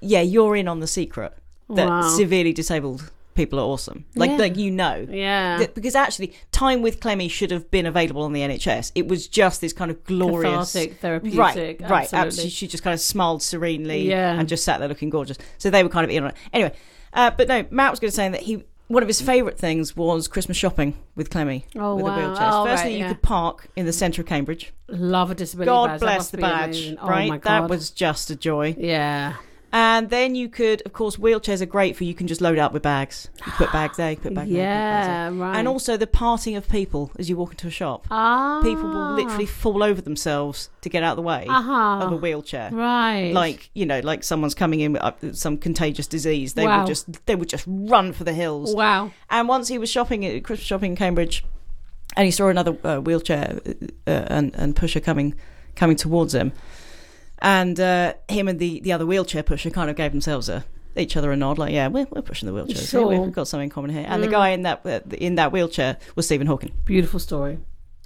yeah, you're in on the secret that
Wow.
severely disabled people are awesome. Like
Yeah.
like you know,
yeah.
Th- because actually, time with Clemmy should have been available on the NHS. It was just this kind of glorious,
Cathartic, therapeutic.
right, right.
absolutely.
Absolutely, she just kind of smiled serenely
Yeah.
and just sat there looking gorgeous. So they were kind of in on it. Anyway, uh, but no, Matt was going to say that he one of his favourite things was Christmas shopping with Clemmy
Oh,
with
wow.
a wheelchair.
Oh,
Firstly,
right,
you
yeah.
could park in the centre of Cambridge.
Love a disability
God
badge. That
bless
must
the
be
badge,
amazing. Oh
right?
my God.
That was just a joy.
Yeah.
And then you could, of course, wheelchairs are great for you can just load up with bags. You put bags there, you put bags there. you put bags there.
Yeah, right.
And also the parting of people as you walk into a shop.
ah,
People will literally fall over themselves to get out of the way of a
uh-huh.
wheelchair.
right.
Like you know, like someone's coming in with uh, some contagious disease. They
Wow.
would just they would just run for the hills.
wow.
And once he was shopping at Christmas shopping in Cambridge, and he saw another uh, wheelchair uh, and and pusher coming coming towards him, and uh, him and the the other wheelchair pusher kind of gave themselves a each other a nod, like yeah, we're, we're pushing the wheelchairs. here.
Sure. Mm.
We've got something in common here. And the guy in that uh, in that wheelchair was Stephen Hawking.
Beautiful story.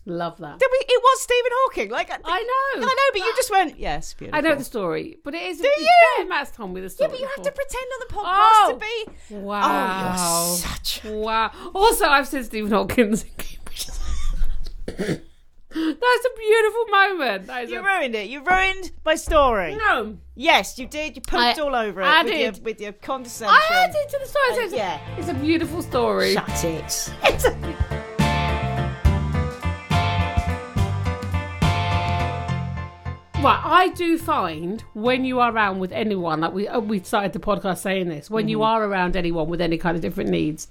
Love that.
There we- It was Stephen Hawking. Like I,
I know.
I know, but you just went yes. Beautiful.
I know the story, but it is. Do
you?
Matt's told me the
Yeah,
story.
but you have to
before.
pretend on the podcast
Oh.
to be.
Wow.
Oh, you're such.
Wow. Also, I've said Stephen Hawkins. That's a beautiful moment. That is
You
a-
ruined it. You ruined my story.
no.
Yes, you did. You pooped
I-
all over it
I
with,
did.
Your, with your condescension.
I added to the story. so it's,
Uh, yeah.
it's a beautiful story.
Shut it. It's a-
Right, I do find when you are around with anyone, like we uh, we started the podcast saying this, when you
Mm-hmm.
are around anyone with any kind of different needs,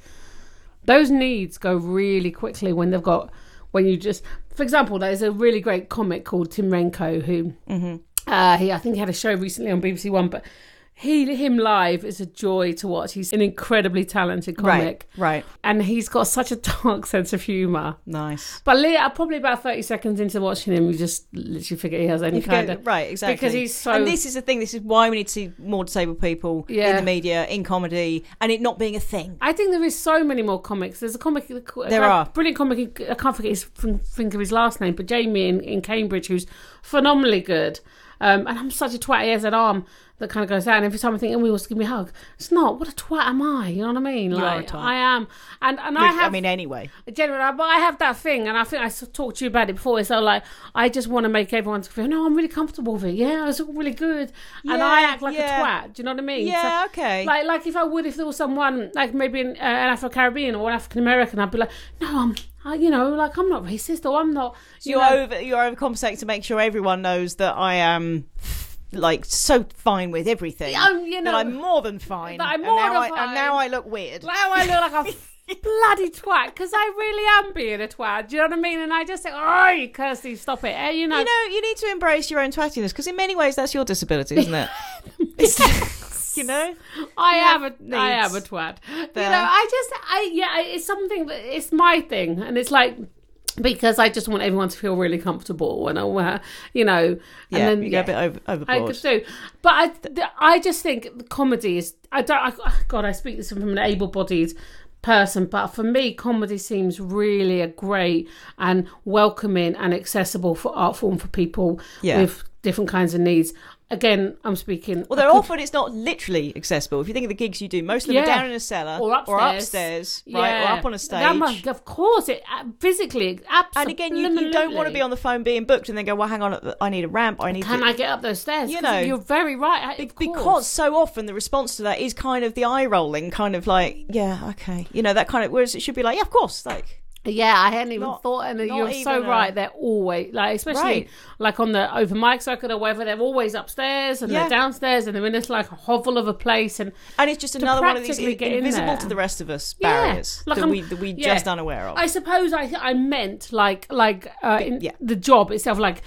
those needs go really quickly when they've got when you just, for example, there's a really great comic called Tim Renko who
Mm-hmm.
uh, he I think he had a show recently on BBC One, but he him live is a joy to watch. He's an incredibly talented
right.
comic,
Right.
and he's got such a dark sense of humour.
Nice.
But li- uh, probably about thirty seconds into watching him, you just literally forget he has any
You
kind
forget-
of
right, exactly.
because he's so-
And this is the thing. This is why we need to see more disabled people in
Yeah.
the media, in comedy, and it not being a thing.
I think there is so many more comics. There's a comic. a co-
There
a
are.
brilliant comic. I can't forget his, think of his last name, but Jamie in, in Cambridge, who's phenomenally good. Um, and I'm such a twat. He has an arm that kind of goes down. Every time I think, "Oh, he wants to give me a hug," it's not. What a twat am I? You know what I mean?
are
Like
a twat.
I am. And and I
Which-
have.
I mean, anyway.
Generally, I- but I have that thing, and I think I s- talked to you about it before. So, like, I just want to make everyone feel, no, I'm really comfortable with it. Yeah, it's all really good, and I
Yeah,
act like
yeah.
a twat. Do you know what I mean?
Yeah,
So,
okay.
Like, like if I would, if there was someone like maybe an, uh, an Afro Caribbean or an African American, I'd be like, no, I'm, I, you know, like I'm not racist or I'm not.
You're
know,
over. You're overcompensating to make sure everyone knows that I am like so fine with everything.
Oh, you know-
that I'm more than fine.
That I'm
and
more
now
than
I,
fine.
And now I look weird.
Now I look like a bloody twat because I really am being a twat. Do you know what I mean? And I just think, oh, you Kirsty, stop it. Eh, you know,
you know, you need to embrace your own twattiness because in many ways that's your disability, isn't it? It's- you know,
I am a
have
I am a
needs
twat. You
there.
know, I just I yeah, I- it's something that it's my thing, and it's like because I just want everyone to feel really comfortable and I want you know,
yeah,
and then
you go
yeah,
a bit over,
I
overboard.
could do, but I th- I just think the comedy is I don't I, oh God I speak this from an able-bodied person but for me comedy seems really a great and welcoming and accessible for art form for people
Yeah.
with different kinds of needs again i'm speaking
Although often it's not literally accessible. If you think of the gigs you do, most of them
Yeah.
are down in a cellar
Or upstairs. Oh
upstairs, right, or up on a stage.
That must, of course, it uh, physically,
and
absolutely.
again, you, you don't want to be on the phone being booked and then go, well, hang on, uh, I need a ramp. I need
Can
to...
I get up those stairs?
You
'Cause
know.
you're very right. I- of
because
course.
so often the response to that is kind of the eye rolling, kind of like, yeah, okay, you know, that kind of. Whereas it should be like, yeah, of course, like,
yeah, I hadn't even
Not-
thought, and
not
you're so
even a-
right. They're always like, especially
Right.
like on the open mic circuit or whatever. They're always upstairs and
Yeah.
they're downstairs, and they're in this like hovel of a place, and
and it's just another one of these
practically get in
invisible
there.
to the rest of us
Yeah,
barriers
like
that
I'm-
we that we
yeah.
just unaware of.
I suppose I I meant like like uh, in
yeah.
the job itself. Like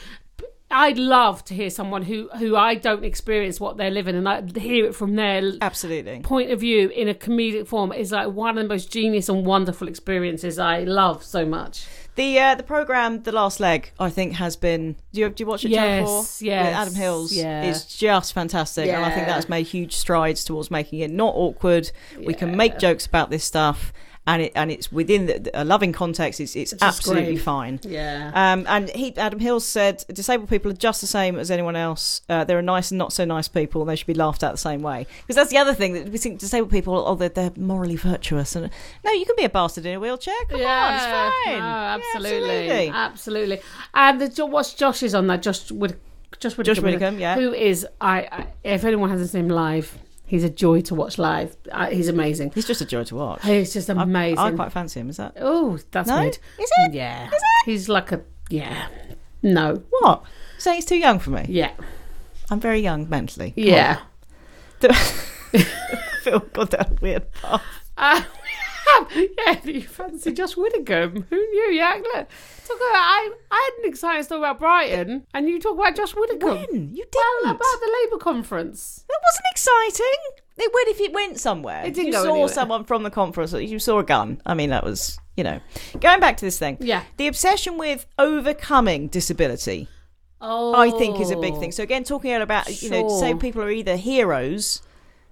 I'd love to hear someone who who I don't experience what they're living, and I hear it from their l-
Absolutely,
point of view in a comedic form is like one of the most genius and wonderful experiences I love so much.
the uh, the program, the last leg, I think has been. Do you do you watch it? Channel Four
Yes, yes,
with Adam Hills
yeah.
is just fantastic, and I think
Yeah.
that's made huge strides towards making it not awkward. We can make jokes about this stuff, and it and it's within the, a loving context. It's it's,
It's just
absolutely
great.
fine.
Yeah.
Um, and he, Adam Hills said, disabled people are just the same as anyone else. Uh, there are nice and not so nice people, and they should be laughed at the same way. Because that's the other thing that we think disabled people, oh, they're, they're morally virtuous. And no, you can be a bastard in a wheelchair. Come on, it's fine.
No,
Yeah,
absolutely, Uh, absolutely, And the Jo- what's Josh is on that? Josh would, Josh Whitaker,
Whitaker, yeah.
Who is I, I? If anyone hasn't seen him live, he's a joy to watch live. Uh, he's amazing.
He's just a joy to watch.
He's just amazing.
I quite fancy him. Is that
oh, that's
no?
weird.
Is it?
Yeah,
Is it?
he's like a yeah. No,
What? Saying he's too young for me.
yeah,
I'm very young mentally. Come
yeah.
on. Phil got that weird path.
Uh, yeah, you fancy Josh Whittaker? Who knew? Yeah, look, talk about, I, I had an exciting story about Brighton, and you talk about Josh Whittaker.
When? You didn't.
Well, about the Labour conference.
That wasn't exciting. It went if it went somewhere.
It didn't
you
go
saw
anywhere.
someone from the conference. or You saw a gun. I mean, that was you know. Going back to this thing,
Yeah.
the obsession with overcoming disability,
Oh,
I think, is a big thing. So again, talking about you know,
Sure.
say people are either heroes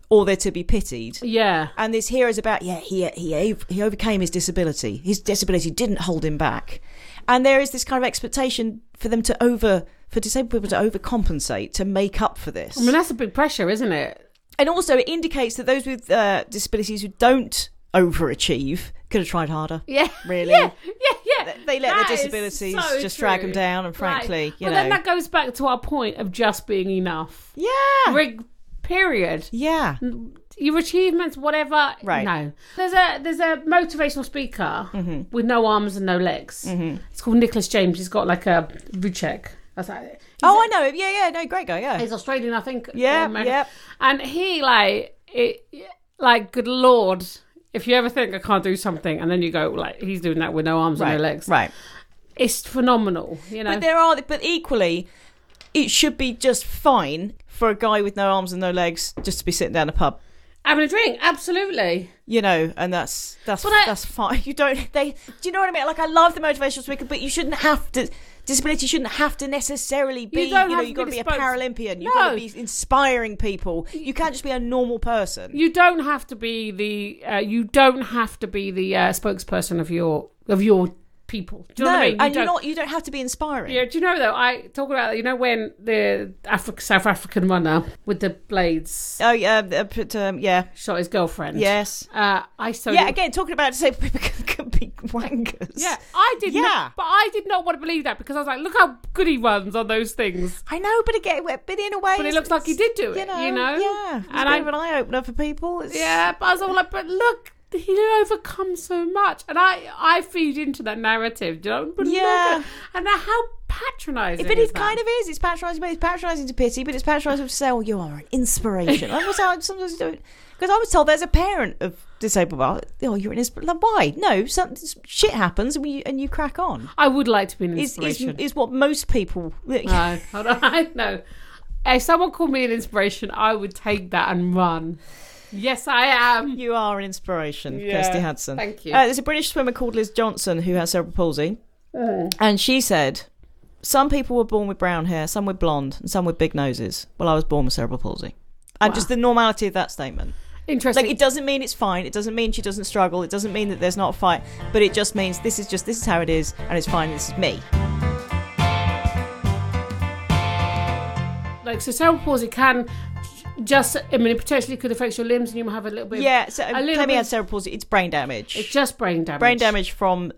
or they're to be pitied.
Yeah.
And this hero's about yeah, he he ov- he overcame his disability. His disability didn't hold him back. And there is this kind of expectation for them to over for disabled people to overcompensate to make up for this
I mean, that's a big pressure, isn't it?
and also it indicates that those with uh, disabilities who don't overachieve could have tried harder.
Yeah.
Really?
Yeah. Yeah. Yeah.
let they let
That
their
is
disabilities
so
just drag them
true.
down, and
Right.
frankly, you
but
know,
then that goes back to our point of just being enough.
yeah,
Rig, period.
yeah,
Your achievements, whatever.
Right.
No, there's a there's a motivational speaker with no arms and no legs. It's called Nicholas James. He's got like a Vucek. That's like, he's,
oh, I know, yeah, yeah, no, great guy, yeah,
he's Australian, I think. or
Yeah,
American.
yep.
And he like it, like good lord. If you ever think I can't do something, and then you go like he's doing that with no arms
right,
and no legs,
right.
It's phenomenal, you know.
But there are, but equally, it should be just fine for a guy with no arms and no legs just to be sitting down a pub.
Having a drink, absolutely.
You know, and that's that's
But I-
that's fine. You don't they do you know what I mean? Like I love the motivational speaker, but you shouldn't have to disability shouldn't have to necessarily be you,
don't
know,
have to
you've got to
be
be a
disposed-
Paralympian,
No.
you've got to be inspiring people. You can't just be a normal person.
You don't have to be the uh, you don't have to be the uh, spokesperson of your of your people. Do you
No,
know what I mean? You
and you're
don't-
not you don't have to be inspiring.
Yeah, do you know though? I talk about that. You know when the Afri- South African runner with the blades
Oh yeah, uh, but, um, yeah.
shot his girlfriend.
Yes.
Uh, I so
Yeah, again, talking about disabled people could be wankers.
Yeah, I did.
Yeah.
Not, but I did not want to believe that because I was like, look how good he runs on those things.
I know, but again, but in a way,
But it
it's-
looks like he did do it.
you know, yeah, it's
And
a
I
bit of an eye opener for people. It's,
Yeah, but I was all like, but look, he overcome so much, and I I feed into that narrative. Do you know? But look
Yeah.
at- and how patronising.
But
is
it
that?
kind of is. It's patronising. But it's patronising to pity. But it's patronising to say, "Oh, you are an inspiration." That was how I sometimes do it. Because I was told there's a parent of disabled. well, Oh, you're an inspiration. Like, why? No, some shit happens, and you and you crack on.
I would like to be an
Is is,
inspiration. Ah.
is what most people.
no, hold on, I know. If someone called me an inspiration, I would take that and run. Yes, I am.
You are an inspiration,
Yeah,
Kirsty Hudson.
thank you.
Uh, there's a British swimmer called Liz Johnson who has cerebral palsy.
Uh.
And she said, Some people were born with brown hair, some with blonde, and some with big noses. Well, I was born with cerebral palsy. And just the normality of that statement.
Interesting.
Like, it doesn't mean it's fine. It doesn't mean she doesn't struggle. It doesn't mean that there's not a fight. But it just means this is just, this is how it is, and it's fine. This is me.
like so, cerebral palsy can j- just. I mean, it potentially could affect your limbs, and you might have a little bit. of-
Yeah, so
a little
Clemmy
bit-
had cerebral palsy. It's brain damage.
it's just brain damage.
brain damage from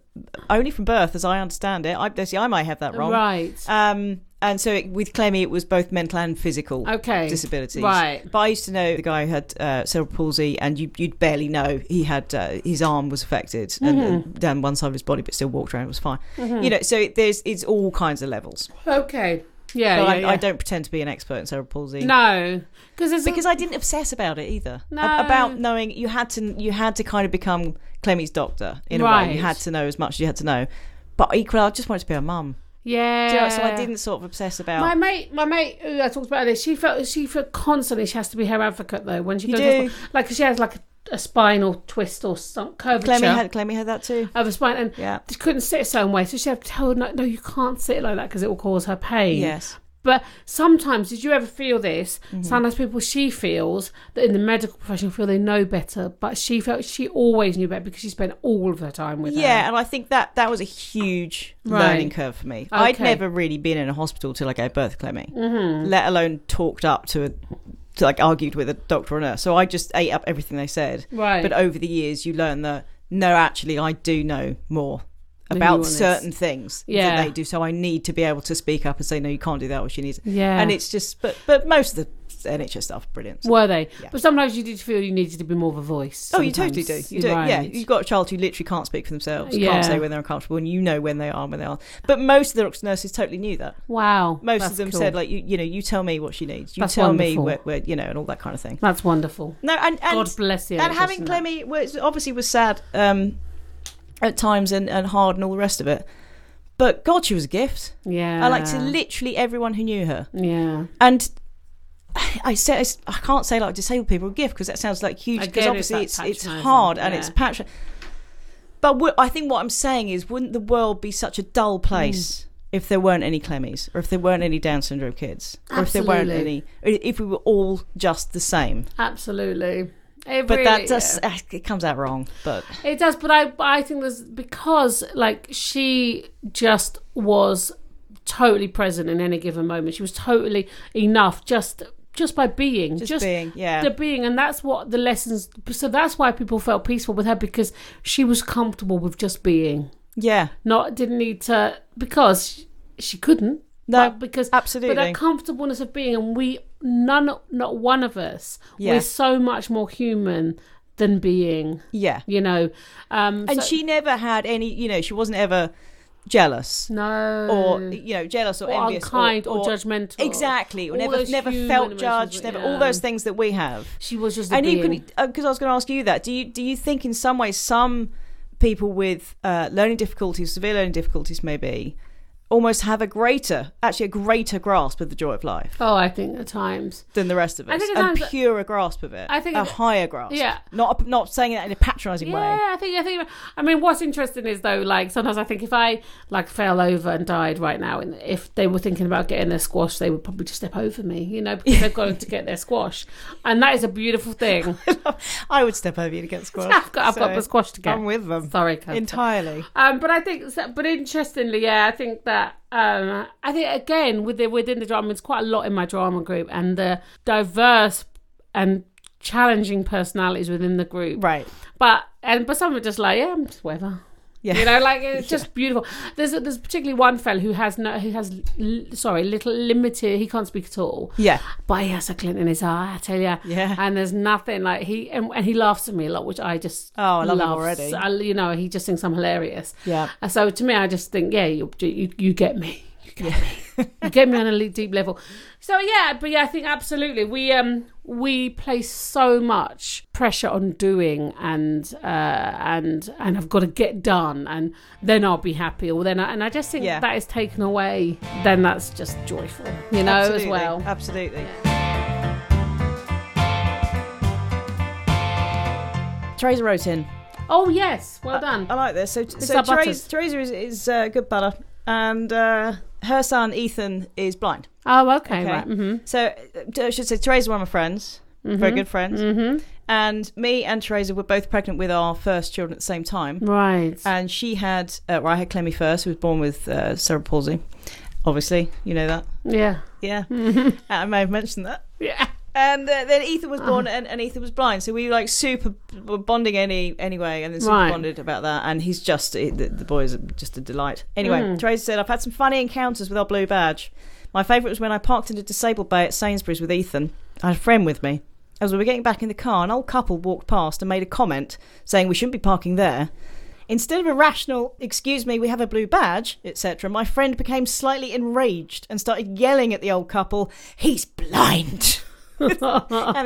only from birth, as I understand it. I, see, I might have that wrong.
Right.
Um, and so it, with Clemmy, it was both mental and physical
Okay.
disabilities.
Right.
But I used to know the guy who had uh, cerebral palsy, and you, you'd barely know he had uh, his arm was affected and,
Mm-hmm.
and down one side of his body, but still walked around. It was fine. You know, so it, there's it's all kinds of levels.
Okay. Yeah.
But
yeah,
I,
yeah.
I don't pretend to be an expert in cerebral palsy.
No, because there's a-
Because I didn't obsess about it either. A-
No.
About knowing you had to you had to kind of become Clemmy's doctor in a way.
Right.
You had to know as much as you had to know. But equally, I just wanted to be a mum.
yeah.
Do you know, so I didn't sort of obsess about.
My mate, my mate, who I talked about this. She felt she felt constantly she has to be her advocate though when she
You
goes
do.
to hospital. like 'cause she has like a, a spinal twist or some curvature
Clemmy had Clemmy had that too.
of a spine and
Yeah.
she couldn't sit a certain way, so she had to tell her no, no, you can't sit like that because it will cause her pain.
Yes.
But sometimes, did you ever feel this?
Mm-hmm.
Sometimes people she feels that in the medical profession feel they know better, but she felt she always knew better because she spent all of her time with her.
Yeah, and I think that that was a huge
Right.
learning curve for me. I'd
Okay. Mm-hmm.
never really been in a hospital till I gave birth to Clemmy, let alone talked up to a, to like argued with a doctor or nurse. So I just ate up everything they said.
Right.
But uh, over the years, you learn that no, actually, I do know more
you
about
want this.
certain things
Yeah.
that they do. So I need to be able to speak up and say, no, you can't do that, or she needs.
Yeah.
And it's just, but but most of the NHS stuff, is brilliant.
Were they?
Yeah.
But sometimes you did feel you needed to be more of a voice.
Oh, you
sometimes.
totally do. You do. Yeah,
Right.
you've got a child who literally can't speak for themselves,
Yeah.
can't say when they're uncomfortable, and you know when they are and when they are. But most of the nurses totally knew that.
Wow.
Most
that's
of them
cool.
said, like, you, you know, you tell me what she needs. You
That's
tell
wonderful.
me where, where, you know, and all that kind of thing.
That's wonderful.
No, and and
God bless you.
and having Clemmy was obviously was sad um, at times and, and hard and all the rest of it. But God, she was a gift.
Yeah.
I like to literally everyone who knew her.
Yeah.
And I say I can't say like disabled people are a gift because that sounds like huge.
I
Because
get it,
obviously
it's
it's
that
it's
patronising,
hard and
yeah.
it's patron. But wo- I think what I'm saying is, wouldn't the world be such a dull
Mm.
place if there weren't any Clemmies, or if there weren't any Down syndrome kids, or if there weren't
Absolutely.
any, if we were all just the same?
Absolutely. It
But
really,
that does uh, it comes out wrong. But
It does, but I I think there's because like she just was totally present in any given moment. She was totally enough just just by being
just, being, yeah,
the being and that's what the lessons so that's why people felt peaceful with her because she was comfortable with just being
Yeah.
Not didn't need to because she, she couldn't.
No,
but because
absolutely.
But that comfortableness of being, and we none, not one of us,
Yeah.
we're so much more human than being.
Yeah.
You know, um,
And
so-
she never had any, you know, she wasn't ever jealous
no
or, you know, jealous or,
or
envious
unkind or, judgmental.
Exactly. Or
All
never,
those
never
human
felt
emotions
judged.
that-
Never
yeah.
all those things that we have.
She was just. A
and
being.
equally because i was going to ask you that do you do you think in some ways some people with uh, learning difficulties severe learning difficulties maybe almost have a greater actually a greater grasp of the joy of life
Oh, I think at times.
than the rest of us
I think at
a
times-
purer grasp of it
I think
a
at-
higher grasp
yeah.
not not saying that in a patronizing way
Yeah, I think I think. I mean, what's interesting is though, like sometimes I think if I like fell over and died right now, and if they were thinking about getting their squash, they would probably just step over me, you know, because they're going to get their squash, and that is a beautiful thing.
i would step over you to get squashed
I've got I've got
so
my squash to get.
i'm with them
Sorry, Kate.
entirely
Um, but I think, so- but interestingly, yeah, I think that um, I think again within within the drama, it's quite a lot in my drama group, and the diverse and challenging personalities within the group.
right
But and but some are just like, yeah, I'm just whatever.
Yeah.
You know, like it's just beautiful. There's there's particularly one fella who has no who has l- sorry little limited. He can't speak at all.
yeah
But he has a glint in his eye, I tell you.
Yeah.
And there's nothing like he and, and he laughs at me a lot, which I just
Oh, I love him
loves.
already.
I, you know, he just thinks I'm hilarious.
Yeah.
And So to me, I just think, yeah, you you, you get me, you get me, you get me on a le- deep level. So yeah, but yeah, I think absolutely we um we place so much pressure on doing and uh and and I've got to get done and then I'll be happy or then I, and I just think
Yeah.
that is taken away. Then that's just joyful, you know,
absolutely. Uh,
as well.
absolutely Teresa wrote in
Oh yes, well done.
I like this. So, so
our butters.
Theresa, Theresa is, is uh, good butter, and uh, her son Ethan is blind.
Oh okay,
okay.
right. Mm-hmm.
So uh, I should say Theresa, one of my friends, very good friends, and me and Theresa were both pregnant with our first children at the same time,
Right.
and she had. Uh, well, I had Clemmy first, who was born with uh, cerebral palsy. Obviously, you know that.
yeah.
Yeah, I may have mentioned that.
Yeah.
And uh, then Ethan was born, and, and Ethan was blind. So we were like super were bonding any anyway, and then super
Right.
bonded about that. And he's just it, the, the boy is just a delight. Anyway,
Mm.
Tracy said I've had some funny encounters with our blue badge. My favourite was when I parked in a disabled bay at Sainsbury's with Ethan. I had a friend with me. As we were getting back in the car, an old couple walked past and made a comment saying we shouldn't be parking there. Instead of a rational, excuse me, we have a blue badge, etc., my friend became slightly enraged and started yelling at the old couple, he's blind. and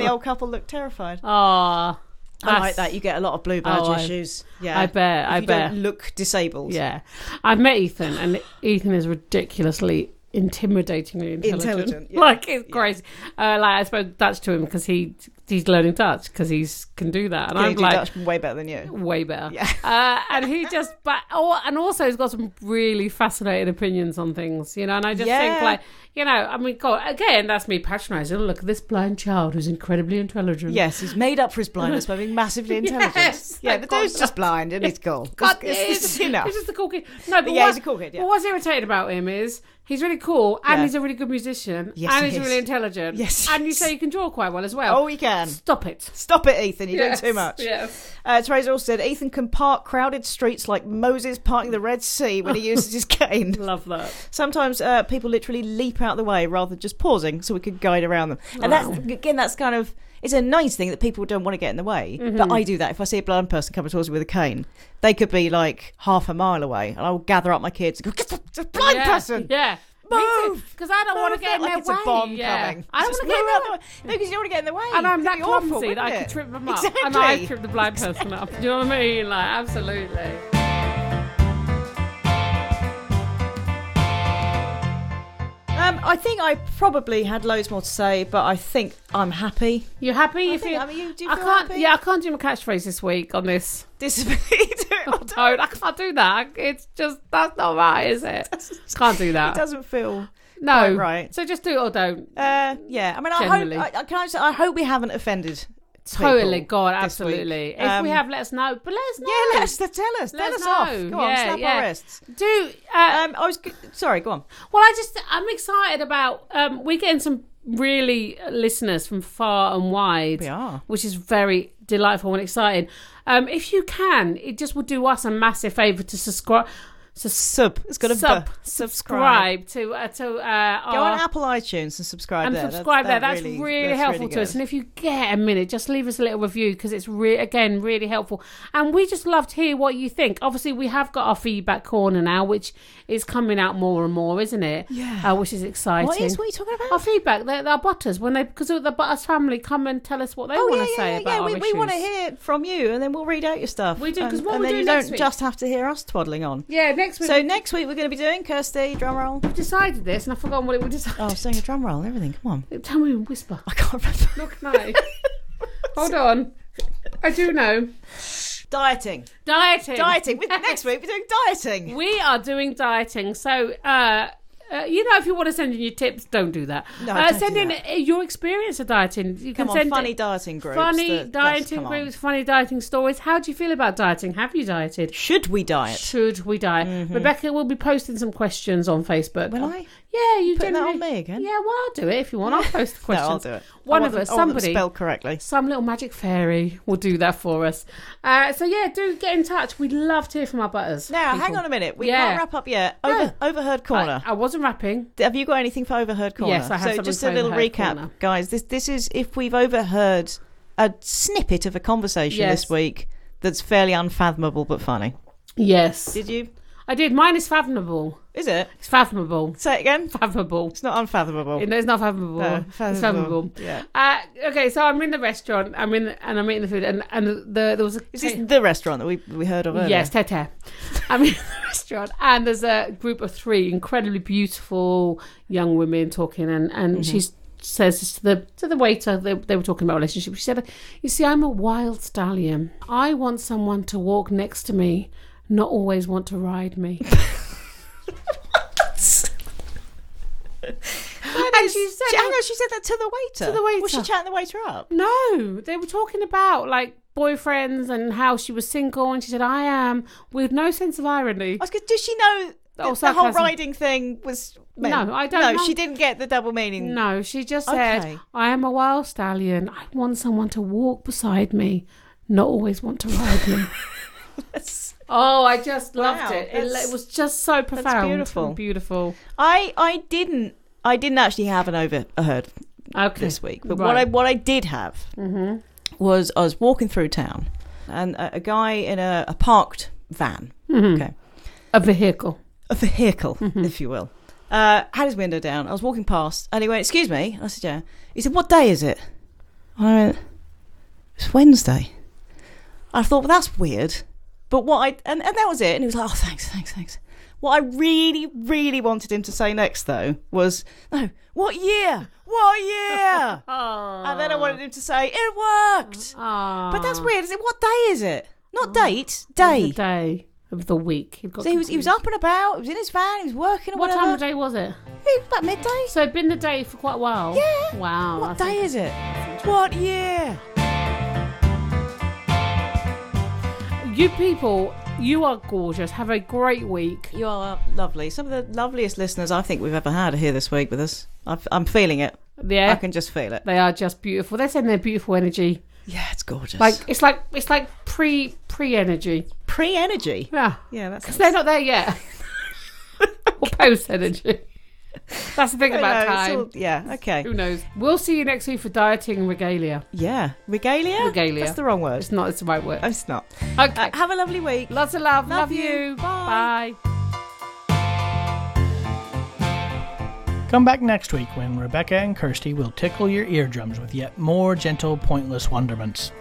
the old couple looked terrified.
Ah.
I like that. You get a lot of blue badge
Oh, I-
issues. yeah.
I bet,
If
I
you
bet.
don't look disabled.
Yeah, I've met Ethan, and Ethan is ridiculously intimidatingly intelligent.
Intelligent, yeah.
Like it's crazy. Uh, like I spoke Dutch to him because he he's learning Dutch because he's can do that, and
You
I'm
do
like.
Dutch way better than you.
Way better,
Yeah.
uh, and he just, but oh, and also he's got some really fascinating opinions on things, you know. And I just think,
Yeah.
like, you know, I mean, God, again, that's me patronising. Look at this blind child who's incredibly intelligent.
Yes, he's made up for his blindness by being massively intelligent.
Yes,
yeah,
I
the
got
dude's
that.
just blind and he's cool.
God,
It's-
it
it's-
is.
it's enough.
He's just a cool kid. No, but
Yeah,
what,
he's a cool kid, yeah.
But what's irritating about him is he's really cool and
Yeah.
he's a really good musician
Yes,
and
he
he's
is.
really intelligent.
Yes,
and
he
you
is.
say you can draw quite well as well.
Oh, he can.
stop it.
Stop it, Ethan. You're
Yes,
doing too much.
Yes.
Uh, Teresa also said Ethan can park crowded streets like Moses parking the Red Sea when he uses his cane.
Love that.
Sometimes uh, people literally leap out of the way rather than just pausing so we could guide around them. And that's again, that's kind of it's a nice thing that people don't want to get in the way.
Mm-hmm.
But I do that if I see a blind person coming towards me with a cane, they could be like half a mile away, and I will gather up my kids and go, "Get the, the blind
yeah.
person."
Yeah.
Move!
Because I don't want to get in
like
their
it's
way.
a bomb
yeah.
coming.
I don't
Just
want to get in
move
their
out
way.
the way. No, because you don't want to get in the way.
And I'm
It'd
that
be awful,
clumsy
wouldn't
that I
it?
could trip them up.
Exactly.
And I trip the blind person up. Do you know what I mean? Like, absolutely.
Um, I think I probably had loads more to say, but I think I'm happy.
You happy? if
think-
you,
I mean, you- do you
I
feel
can't.
happy?
Yeah, I can't do my catchphrase this week on this.
Disability.
I don't. I can't do that. It's just that's not right, is it? Can't do
It
that.
doesn't feel
No.
quite right.
So just do it or don't.
Uh, yeah, I mean, I
Generally.
hope. I, I, can I, say, I hope we haven't offended.
Totally.
people
God,
this week.
absolutely. If
Um,
we have, let us know. But let us know.
yeah, let us tell us. Let,
Let
us
us
off.
know.
Go on,
Yeah,
snap our
yeah.
wrists.
Do. Uh,
Um, I was g- sorry. Go on.
well, I just I'm excited about. Um, we're getting some really listeners from uh, far and wide.
We are.
Which is very delightful and exciting. Um, if you can, it just would do us a massive favour to subscribe.
Sub. It's got a
sub,
b. Subscribe.
subscribe to uh, to uh, our
Go on Apple iTunes and subscribe
and
there. That's-
subscribe there.
that
That's really, helpful to
good.
us. And if you get a minute, just leave us a little review because it's re- again really helpful. And we just love to hear what you think. Obviously, we have got our feedback corner now, which is coming out more and more, isn't it?
Yeah.
uh, which is exciting.
What is? What are you talking about?
Our feedback, they're, they're butters when they because the butters family come and tell us what
Oh,
they want to say about our
we, we
issues.
want to hear from you, and then we'll read out your stuff.
We do, 'cause
And-
what
and
we'll
then
do
you
next
don't
week-
just have to hear us twaddling on.
Yeah, next week
So next week we're going to be doing Kirsty drum roll.
we've decided this, and I've forgotten what it was decided.
Oh, I was doing a drum roll and everything. Come on,
Tell me in whisper.
I can't remember.
Look now. Hold on, I do know
Dieting,
dieting.
dieting. We- next week we're doing dieting.
We are doing dieting, so uh, uh, you know if you want to send in your tips, don't do that.
No,
uh,
don't
send
do
in
that.
uh, your experience of dieting. You
Come
can
on,
send
funny
it-
dieting groups.
funny
that- that's-
dieting
come on.
groups, funny dieting stories. How do you feel about dieting? Have you dieted?
Should we diet?
Should we diet? Rebecca will be posting some questions on Facebook.
Mm-hmm. Will I?
Yeah, you
Putting that
generally-
on me again?
Yeah, well, I'll do it if you want. I'll post the
No,
questions.
I'll do it. I
One
want
of
them
us,
all
somebody,
spelled correctly.
some little magic fairy will do that for us. Uh, so yeah, do get in touch. We'd love to hear from our butters.
Now,
people.
hang on a minute. We
Yeah.
can't wrap up yet.
No.
Over, Overheard corner.
I, I wasn't rapping.
Have you got anything for overheard corner?
Yes, I have
So
something
just
for
a little
overheard
recap,
corner.
guys. This this is if we've overheard a snippet of a conversation
Yes.
this week that's fairly unfathomable but funny.
Yes,
Did you?
I did. Mine is fathomable.
Is it?
It's fathomable.
Say it again.
Fathomable.
It's not unfathomable.
No, it's not fathomable.
No,
It's
Oh. Uh, fathomable.
fathomable.
Yeah.
Uh, okay, so I'm in the restaurant. I'm in, and I'm eating the food, and and the, there was a.
is this the restaurant that we we heard of earlier?
Yes, Tete. I'm in the restaurant, and there's a group of three incredibly beautiful young women talking, and and she's says this to the to the waiter they, they were talking about relationship she said you see i'm a wild stallion i want someone to walk next to me not always want to ride me and she said
She, hang on, she said that to the waiter.
To the
Was she
waiter.
chatting the waiter up?
No, they were talking about like boyfriends and how she was single, and she said, "I am," with no sense of irony.
I was going. Does she know that
Oh,
the whole
sarcasm.
riding thing was?
No, I don't
No,
know.
she didn't get the double meaning.
No, she just said,
Okay.
"I am a wild stallion. I want someone to walk beside me, not always want to ride me."
That's-
oh, I just
Wow,
loved it. it.
that's-
It was just so profound, and
beautiful.
beautiful.
I I didn't. I didn't actually have an overheard
Okay, Mm-hmm.
this week. But what I
Right.
what I did have was I was walking through town, and a, a guy in a, a parked van, okay,
Mm-hmm. a vehicle.
a vehicle,
Mm-hmm.
if you will, uh, had his window down. I was walking past, and he went, "Excuse me." And I said, "Yeah." He said, "What day is it?" And I went, "It's Wednesday." I thought, "Well, that's weird." But what I and, and that was it. And he was like, "Oh, thanks, thanks, thanks." What I really, really wanted him to say next, though, was, "No, what year? What year?"
Oh,
And then I wanted him to say, it worked. Ah. But that's weird. Is it what day is it?
Oh.
Not date,
Ah, the
day.
day of the week. You've got
So he was he was up
confused.
and about, he was in his van, he was working or
What time
whatever.
of day was it?
Maybe About midday.
So it'd been the day for quite a while.
Yeah.
Wow.
what
that's
day is it? What year?
You people, you are gorgeous. Have a great week.
You are lovely. Some of the loveliest listeners I think we've ever had are here this week with us. I've, I'm feeling it. I
Yeah,
can just feel it.
they are just beautiful. They send their beautiful energy.
Yeah, it's gorgeous.
Like it's like it's like pre pre energy.
pre energy.
Yeah,
Yeah, that's.
they're not there yet. or post energy. That's the thing about
I don't know, it's
time.
all- yeah, okay.
Who knows? We'll see you next week for dieting regalia.
Yeah. Regalia?
Regalia.
That's the wrong word.
It's not. It's the right word.
Oh, It's not.
Okay.
Uh, have a lovely week.
Lots of love.
love
Love,
you.
you.
Bye.
Bye.
Come back next week when Rebecca and Kirsty will tickle your eardrums with yet more gentle, pointless wonderments.